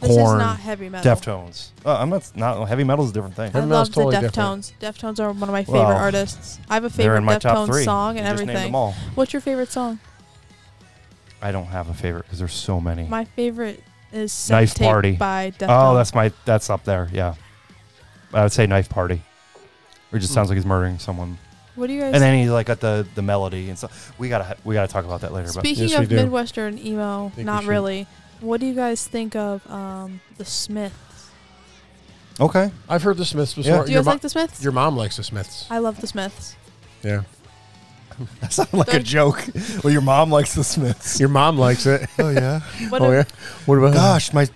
this is
Korn,
not heavy metal.
Deftones. Uh, I'm not not heavy metal's a different thing.
I
Heavy metal's
love
totally
the
different.
Deftones. Deftones are one of my favorite
Well,
artists. I have a
they're
favorite
in my top
Deftones
three.
song and
You just named
everything.
them all.
What's your favorite song?
I don't have a favorite because there's so many.
My favorite is Sex
Knife
Tape
Party.
by Death
Oh,
Note.
that's my that's up there. Yeah, I would say knife party. Or it just sounds like he's murdering someone,
What do you guys
and then he like got the the melody and stuff. We gotta we gotta talk about that later. But
Speaking
Yes, we
of
do.
Midwestern emo,
Think we
not
should.
really. What do you guys think of um, the Smiths?
okay,
I've heard the Smiths
Yeah.
before.
Do you
Your,
guys
mo-
like the Smiths?
your mom likes the Smiths.
I love the Smiths.
Yeah.
that sounded like a
Don't-
joke. Well, your mom likes the Smiths.
Your mom likes it.
oh yeah.
What
oh
a-
yeah. What about?
Gosh, my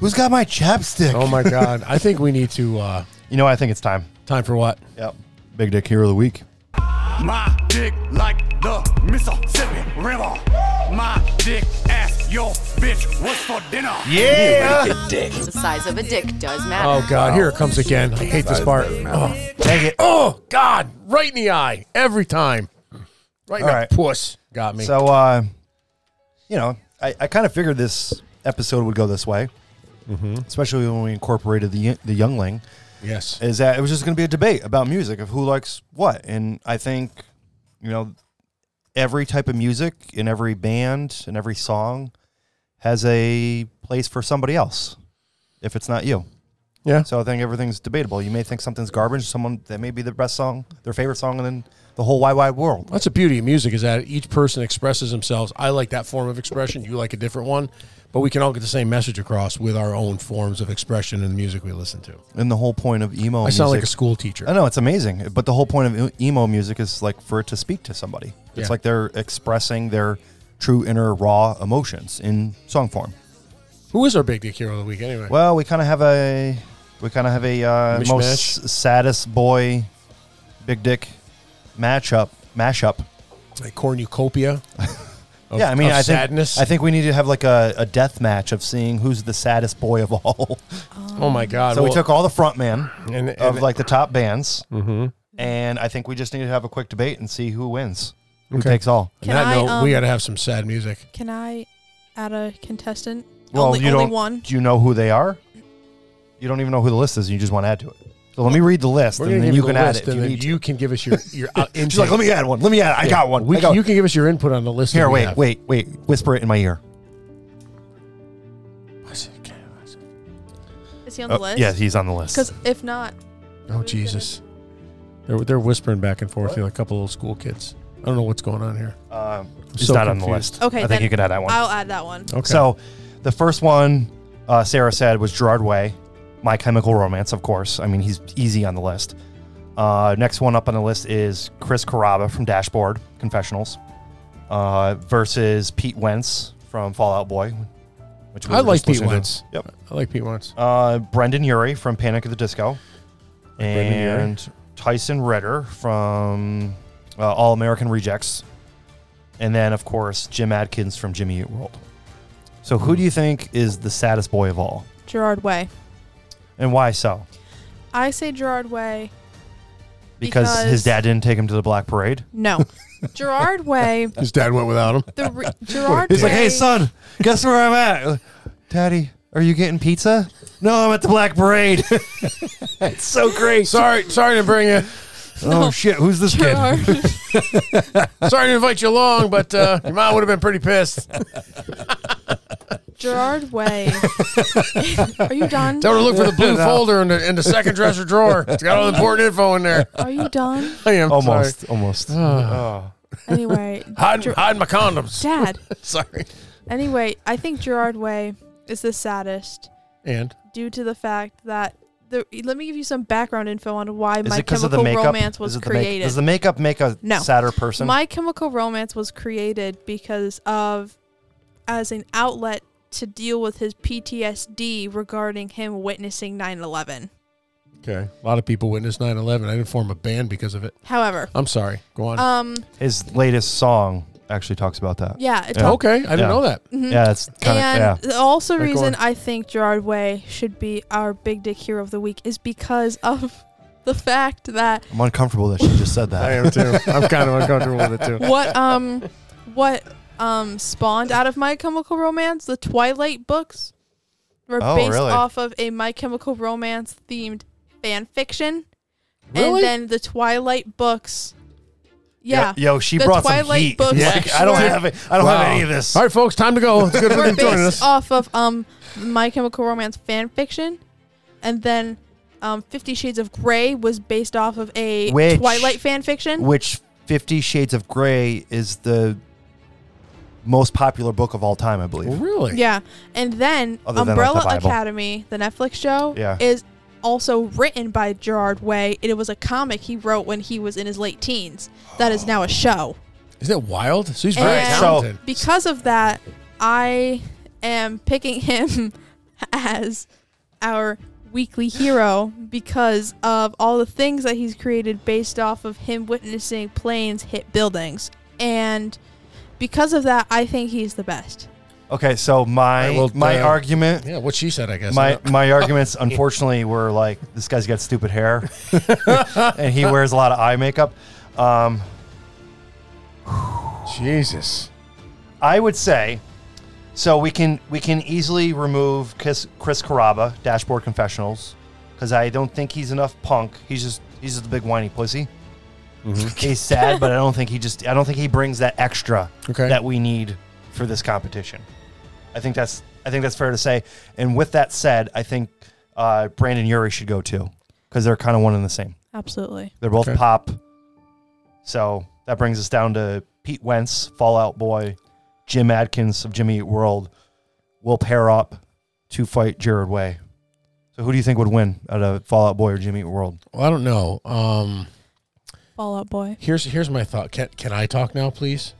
who's got my chapstick?
Oh my God. I think we need to. uh
You know, I think it's time.
Time for what?
Yep. Big Dick Hero of the Week.
My dick like the Mississippi River. My dick ass your bitch what's for dinner.
Yeah.
The size of a dick does matter.
Oh God, here it comes again. I hate this part. Oh,
Dang it.
oh God, right in the eye every time. Right in
All
the
right.
puss. Got me.
So, uh, you know, I, I kind of figured this episode would go this way,
Mm-hmm.
especially when we incorporated the y- the youngling.
yes.
Is that it was just going to be a debate about music of who likes what, and I think, you know, every type of music and every band and every song has a place for somebody else, if it's not you.
Yeah.
So I think everything's debatable. You may think something's garbage, someone that may be their best song, their favorite song, and then the whole wide wide world.
That's the beauty of music is that each person expresses themselves. I like that form of expression. You like a different one, but we can all get the same message across with our own forms of expression and the music we listen to.
And the whole point of emo.
I sound like
music,
a school teacher.
I know it's amazing, but the whole point of e- emo music is like for it to speak to somebody.
Yeah.
It's like they're expressing their true inner raw emotions in song form.
Who is our big dick hero of the week anyway?
Well, we kind of have a we kind of have a uh, most
Mishmash.
saddest boy, big dick matchup mashup.
A cornucopia. of-
yeah, I mean,
of
I think
sadness.
I think we need to have like a, a death match of seeing who's the saddest boy of all.
oh my God.
so we
Well,
took all the front man
and, Mm-hmm.
of
and-
like the top bands, and I think we just need to have a quick debate and see who wins, who
Okay.
takes all.
on
Can
that
I,
note,
um,
we got to have some sad music.
Can I add a contestant?
Well,
only,
you
only
don't.
one.
Do you know who they are? You don't even know who the list is, and you just want to add to it. So let me read the list,
We're
and
gonna
then
give
you
the
can add
list,
it. If
and
you
then
need
you can give us your your uh,
to.
intake.
She's like, let me add one. Let me add. I got one.
We
I got
can, you can give us your input on the list.
Here,
that we
wait,
have.
wait, wait. Whisper it in my ear.
Is he on the list?
Oh, yeah, he's on the list. Um,
Because if not,
Oh Jesus! They're they're whispering back and forth. They're like a couple little school kids. I don't know what's going on here.
Um, he's
so
not on the
confused.
list.
okay,
I
then
think you can add that one.
I'll add that one.
Okay.
So, the first one uh, Sarah said was Gerard Way, My Chemical Romance, of course. I mean, he's easy on the list. Uh, next one up on the list is Chris Caraba from Dashboard Confessionals uh, versus Pete Wentz from Fallout Boy. Which we
I
were
like
just
Pete
listening to.
Wentz.
Yep.
I like Pete Wentz.
Uh, Brendan Urie from Panic at the Disco,
Brendan Urie.
and Tyson Ritter from uh, All American Rejects, and then of course Jim Adkins from Jimmy Eat World. So, who do you think is the saddest boy of all,
Gerard Way.
and why so?
I say Gerard Way.
Because, his
Because-
dad didn't take him to the Black Parade.
No, Gerard Way.
His dad went without him.
The re- Gerard.
He's
Way,
like, "Hey, son, guess where I'm at, Daddy." Are you getting pizza? No, I'm at the Black Parade. it's so great.
Sorry, sorry to bring you.
Oh shit, who's this kid?
Gerard,
Sorry to invite you along, but uh, your mom would have been pretty pissed.
Gerard Way. Are you done?
Tell her to look for the blue
No.
folder in the in the second dresser drawer. It's got all the important info in there.
Are you done?
I am
Almost,
sorry. Ah.
almost. Oh.
Anyway,
Hide,
Ger-
hide my condoms.
Dad.
Sorry.
Anyway, I think Gerard Way is the saddest
And
due to the fact that the. Let me give you some background info on why
Is
My
it 'cause of
Chemical
the makeup?
Romance was
Is it the make-
created.
does the makeup make a
No.
sadder person?
My Chemical Romance was created because of as an outlet to deal with his PTSD regarding him witnessing 9/11.
okay, a lot of people witnessed 9/11. I didn't form a band because of it.
However,
I'm sorry. Go on.
um
His latest song actually talks about that.
yeah, it's
Yeah.
all-
okay, I didn't
Yeah.
know that.
Yeah, it's kind of yeah.
Mm-hmm. and the also
Like
reason
going-
I think Gerard Way should be our big dick hero of the week is because of the fact that
I'm uncomfortable that she just said that.
I am too. I'm kind of uncomfortable with it too.
what um what um spawned out of My Chemical Romance, the Twilight books, were
Oh,
based
really?
off of a My Chemical Romance themed fan fiction,
Really?
and then the Twilight books Yeah.
Yo, she
The
brought some
Twilight
heat.
books
Like,
were
I don't
short-
have it. I don't
Wow.
have any of this.
All right, folks, time to go. It's good for you
were
joining us.
based off of um, My Chemical Romance fan fiction, and then um, Fifty Shades of Grey was based off of a
Which-
Twilight fan fiction.
Which Fifty Shades of Grey is the most popular book of all time, I believe.
Oh, Really?
yeah, and then
Other than, like, the
Umbrella
Bible.
Academy, the Netflix show,
Yeah.
is also written by Gerard Way. It was a comic he wrote when he was in his late teens. That is now a show.
Isn't that wild? So he's very
And-
talented.
because of that, I am picking him as our weekly hero because of all the things that he's created based off of him witnessing planes hit buildings. And because of that, I think he's the best.
Okay, so my
All right, well,
my
uh,
argument
yeah, what she said, I guess.
my my arguments unfortunately were like this guy's got stupid hair and he wears a lot of eye makeup. Um,
Jesus.
I would say so we can we can easily remove Chris Chris Caraba, Dashboard Confessionals, because I don't think he's enough punk. He's just he's just a big whiny pussy. he's sad, but I don't think he just I don't think he brings that extra
Okay.
that we need for this competition. I think that's I think that's fair to say. And with that said, I think uh, Brandon Yuri should go too because they're kind of one and the same.
Absolutely.
They're both
Okay.
pop. So that brings us down to Pete Wentz, Fallout Boy, Jim Adkins of Jimmy Eat World will pair up to fight Jared Way. So who do you think would win out of Fallout Boy or Jimmy Eat World?
Well, I don't know. Um,
Fallout Boy,
here's here's my thought. Can can I talk now, please?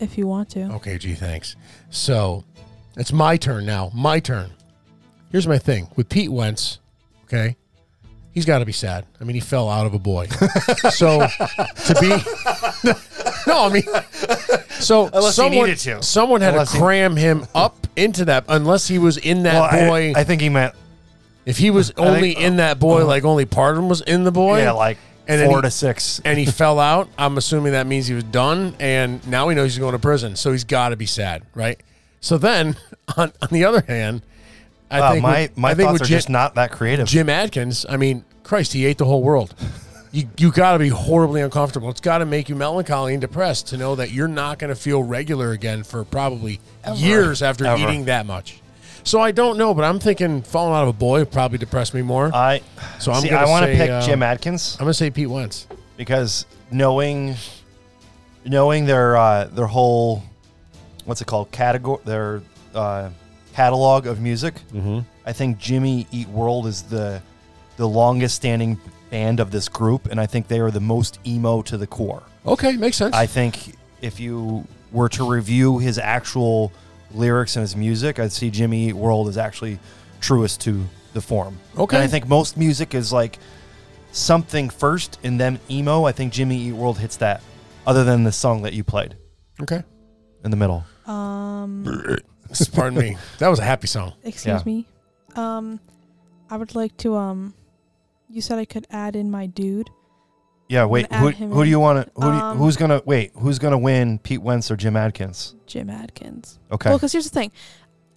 if you want to.
Okay, gee, thanks. So it's my turn now. My turn. Here's my thing with Pete Wentz. Okay, he's got to be sad. I mean, he fell out of a boy. so to be no, I mean, so
Unless he
someone
needed to.
someone had
Unless
to
he-
cram him up into that. Unless he was in that
Well, I-
boy.
I, think he meant
if he was only
think- uh, uh-huh.
in that boy, like only part of him was in the boy.
yeah, like
and then
four
he-
to six.
and he fell out. I'm assuming that means he was done, and now we know he's going to prison. So he's got to be sad, right? So then, on, on the other hand, I
Wow,
think
uh, my
with,
my
I think
thoughts
with
are
Jim,
just not that creative.
Jim Adkins. I mean, Christ, he ate the whole world. You you got to be horribly uncomfortable. It's got to make you melancholy and depressed to know that you're not going to feel regular again for probably years after
Ever.
eating that much. So I don't know, but I'm thinking falling out of a boy would probably depressed me more.
I
So I'm
Uh, see.
gonna
I want to
say,
pick
uh,
Jim Adkins.
I'm going to say Pete Wentz.
because knowing knowing their uh, their whole what's it called category their uh, catalog of music, I think Jimmy Eat World is the the longest standing band of this group, and I think they are the most emo to the core.
Okay, makes sense.
I think if you were to review his actual lyrics and his music, I'd see Jimmy Eat World is actually truest to the form.
Okay.
And I think most music is like something first and then emo. I think Jimmy Eat World hits that, other than the song that you played
okay.
in the middle.
Pardon me. That was a happy song.
Um, Excuse
Yeah.
me. Um, I would like to. Um, you said I could add in my dude.
Yeah, wait.
gonna
Who,
add him
who do
in.
you want to? Who do you,
Um,
who's gonna wait? Who's gonna win? Pete Wentz or Jim Adkins?
Jim Adkins.
Okay.
Well, because here's the thing.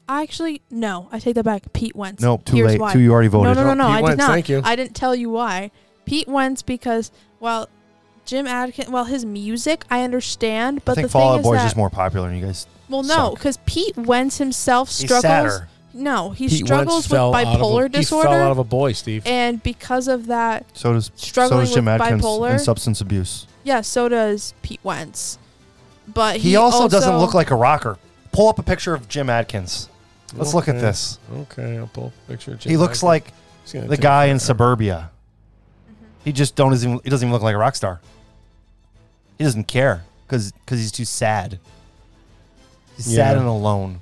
I actually no, I take that back. Pete Wentz.
Nope, too
here's
late.
Why.
Too- you already voted.
No, no, no, no.
Pete
I
Wentz,
did not.
thank you.
I didn't tell you why. Pete Wentz because well, Jim Adkins. Well, his music I understand, but
I think
the
Fall
thing
Out
is
Boy
that
is just more popular, and you guys.
well, no,
suck.
because Pete Wentz himself
He's
struggles.
sadder.
No, he
Pete Wentz
struggles with
fell out of
bipolar
a,
disorder,
He fell out of a boy, Steve.
and because of that,
So does so
Struggling
does Jim
with
Adkins
bipolar.
and substance abuse.
yeah, so does Pete Wentz. But he,
He also, doesn't look like a rocker. Pull up a picture of Jim Adkins. Let's look at
Okay.
this.
Okay, I'll pull a picture. Of
he looks like the guy in suburbia. He just don't even he doesn't even look like a rock star. He doesn't care because he's too sad. He's sad
Yeah.
and alone.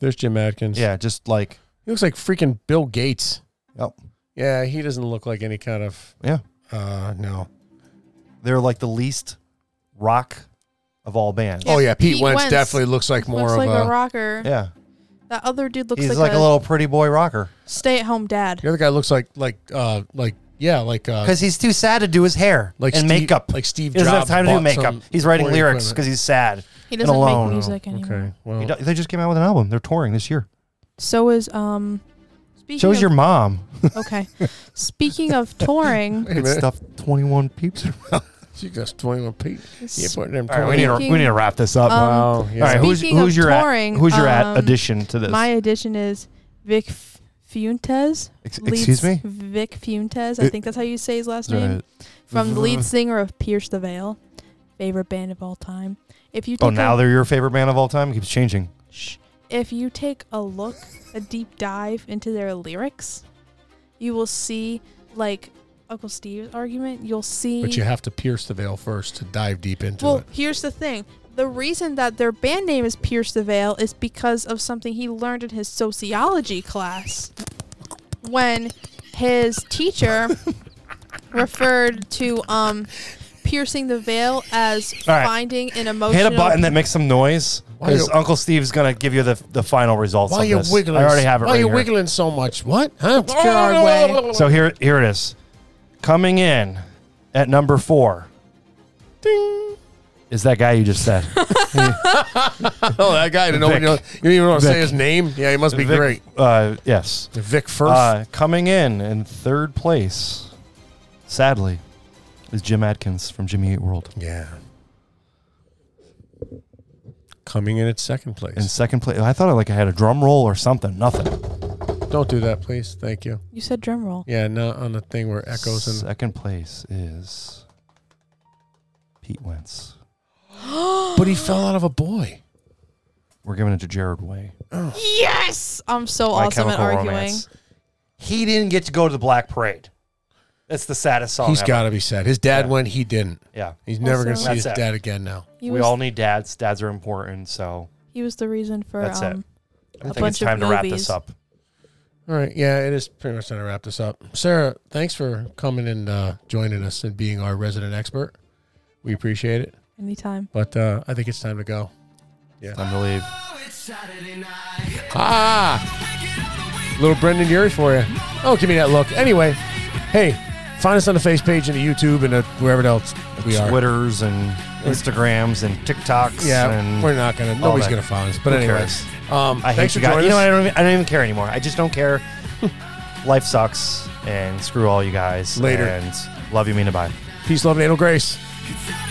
There's Jim Adkins.
Yeah, just like
he looks like freaking Bill Gates.
oh
Yeah, he doesn't look like any kind of.
yeah,
Uh, no.
they're like the least rock of all bands.
Yeah,
oh yeah, Pete,
Pete
Wentz,
Wentz
definitely looks like more
looks
of
like
a.
a rocker.
Yeah,
That other dude looks
he's
like,
like,
a,
a little pretty boy rocker
stay-at-home dad.
The other guy looks like like uh like yeah like uh
because he's too sad to do his hair
Like
and
Steve-
makeup.
like Steve
he doesn't
Jobs
have time to
bought
do makeup.
some
He's writing
recording
lyrics
equipment. Oh.
because he's sad.
He doesn't
and alone. Oh,
make music anymore.
okay
He
well
do- They just came out with an album. They're touring this year.
So is um. Speaking
Shows
of,
your mom.
okay. Speaking of touring,
Wait a
Could
minute.
stuff 21 peeps.
She got 21 feet. Yeah, put them
All right, we need, to, we need to wrap this up.
Um,
Wow. Yeah.
All right, who's,
Speaking of
who's your
touring,
at, who's your
um,
at addition to this?
My addition is Vic F- Fuentes.
Ex- excuse me? Uh,
Vic Fuentes. I
It-
think that's how you say his last
All
name.
right.
From the lead singer of Pierce the Veil, favorite band of all time. If you take
Oh, now
a,
they're your favorite band of all time. It keeps changing.
Shh. If you take a look, a deep dive into their lyrics, you will see like Uncle Steve's argument. You'll see.
But you have to pierce the veil first to dive deep into
well,
it.
here's the thing. The reason that their band name is Pierce the Veil is because of something he learned in his sociology class when his teacher referred to um piercing the veil as
All right.
finding an
Hit
emotional
a button that makes some noise
Why
because
you-
Uncle Steve's gonna give you the, the final results.
Why
of
you
this.
wiggling?
I already have it.
Why
right
you
here.
wiggling so much? What? Huh?
So here here it is, coming in at number four.
Ding.
Is that guy you just said?
Oh, that guy. Didn't know
Vic.
you, don't- you don't even want to say
Vic.
his name. Yeah, he must be
Vic-
great.
Uh, yes.
Vic first.
Uh, coming in in third place, sadly, is Jim Adkins from Jimmy Eat World.
yeah. Coming in at second place.
In second place, I thought like I had a drum roll or something. Nothing.
Don't do that, please. Thank you.
You said drum roll.
Yeah, not on the thing where it echoes and
Second place is Pete Wentz.
But he fell out of a boy.
We're giving it to Jared Way.
Yes, I'm so
My
awesome at
Chemical
arguing.
Romance. He didn't get to go to the Black Parade. That's the saddest song.
He's
ever.
got to be sad. His dad
Yeah.
went, he didn't.
Yeah.
He's never going to
Also-
see his
That's it.
dad again now.
He
we
was
all need dads. Dads are important. So
he was the reason for
That's it. I
um A
think it's
bunch of
time to wrap
movies.
this up.
All right. Yeah, it is pretty much time to wrap this up. Sarah, thanks for coming and uh, joining us and being our resident expert. We appreciate it.
anytime.
But uh, I think it's time to go.
Time to leave.
Oh,
Ah! Little Brendan Urie for you. Oh, give me that look. Anyway, hey, find us on the face page and the YouTube and the wherever else we are.
Twitters and Instagrams and TikToks.
Yeah,
and
we're not going to. Nobody's
that.
going to find us. But
Who
anyways, um,
I
thanks
hate
for
you guys.
joining
You know,
us.
I don't, even, I don't even care anymore. I just don't care. Life sucks, and screw all you guys.
Later.
and love you, mean and bye.
Peace, love, and anal grace.
It's
Oh.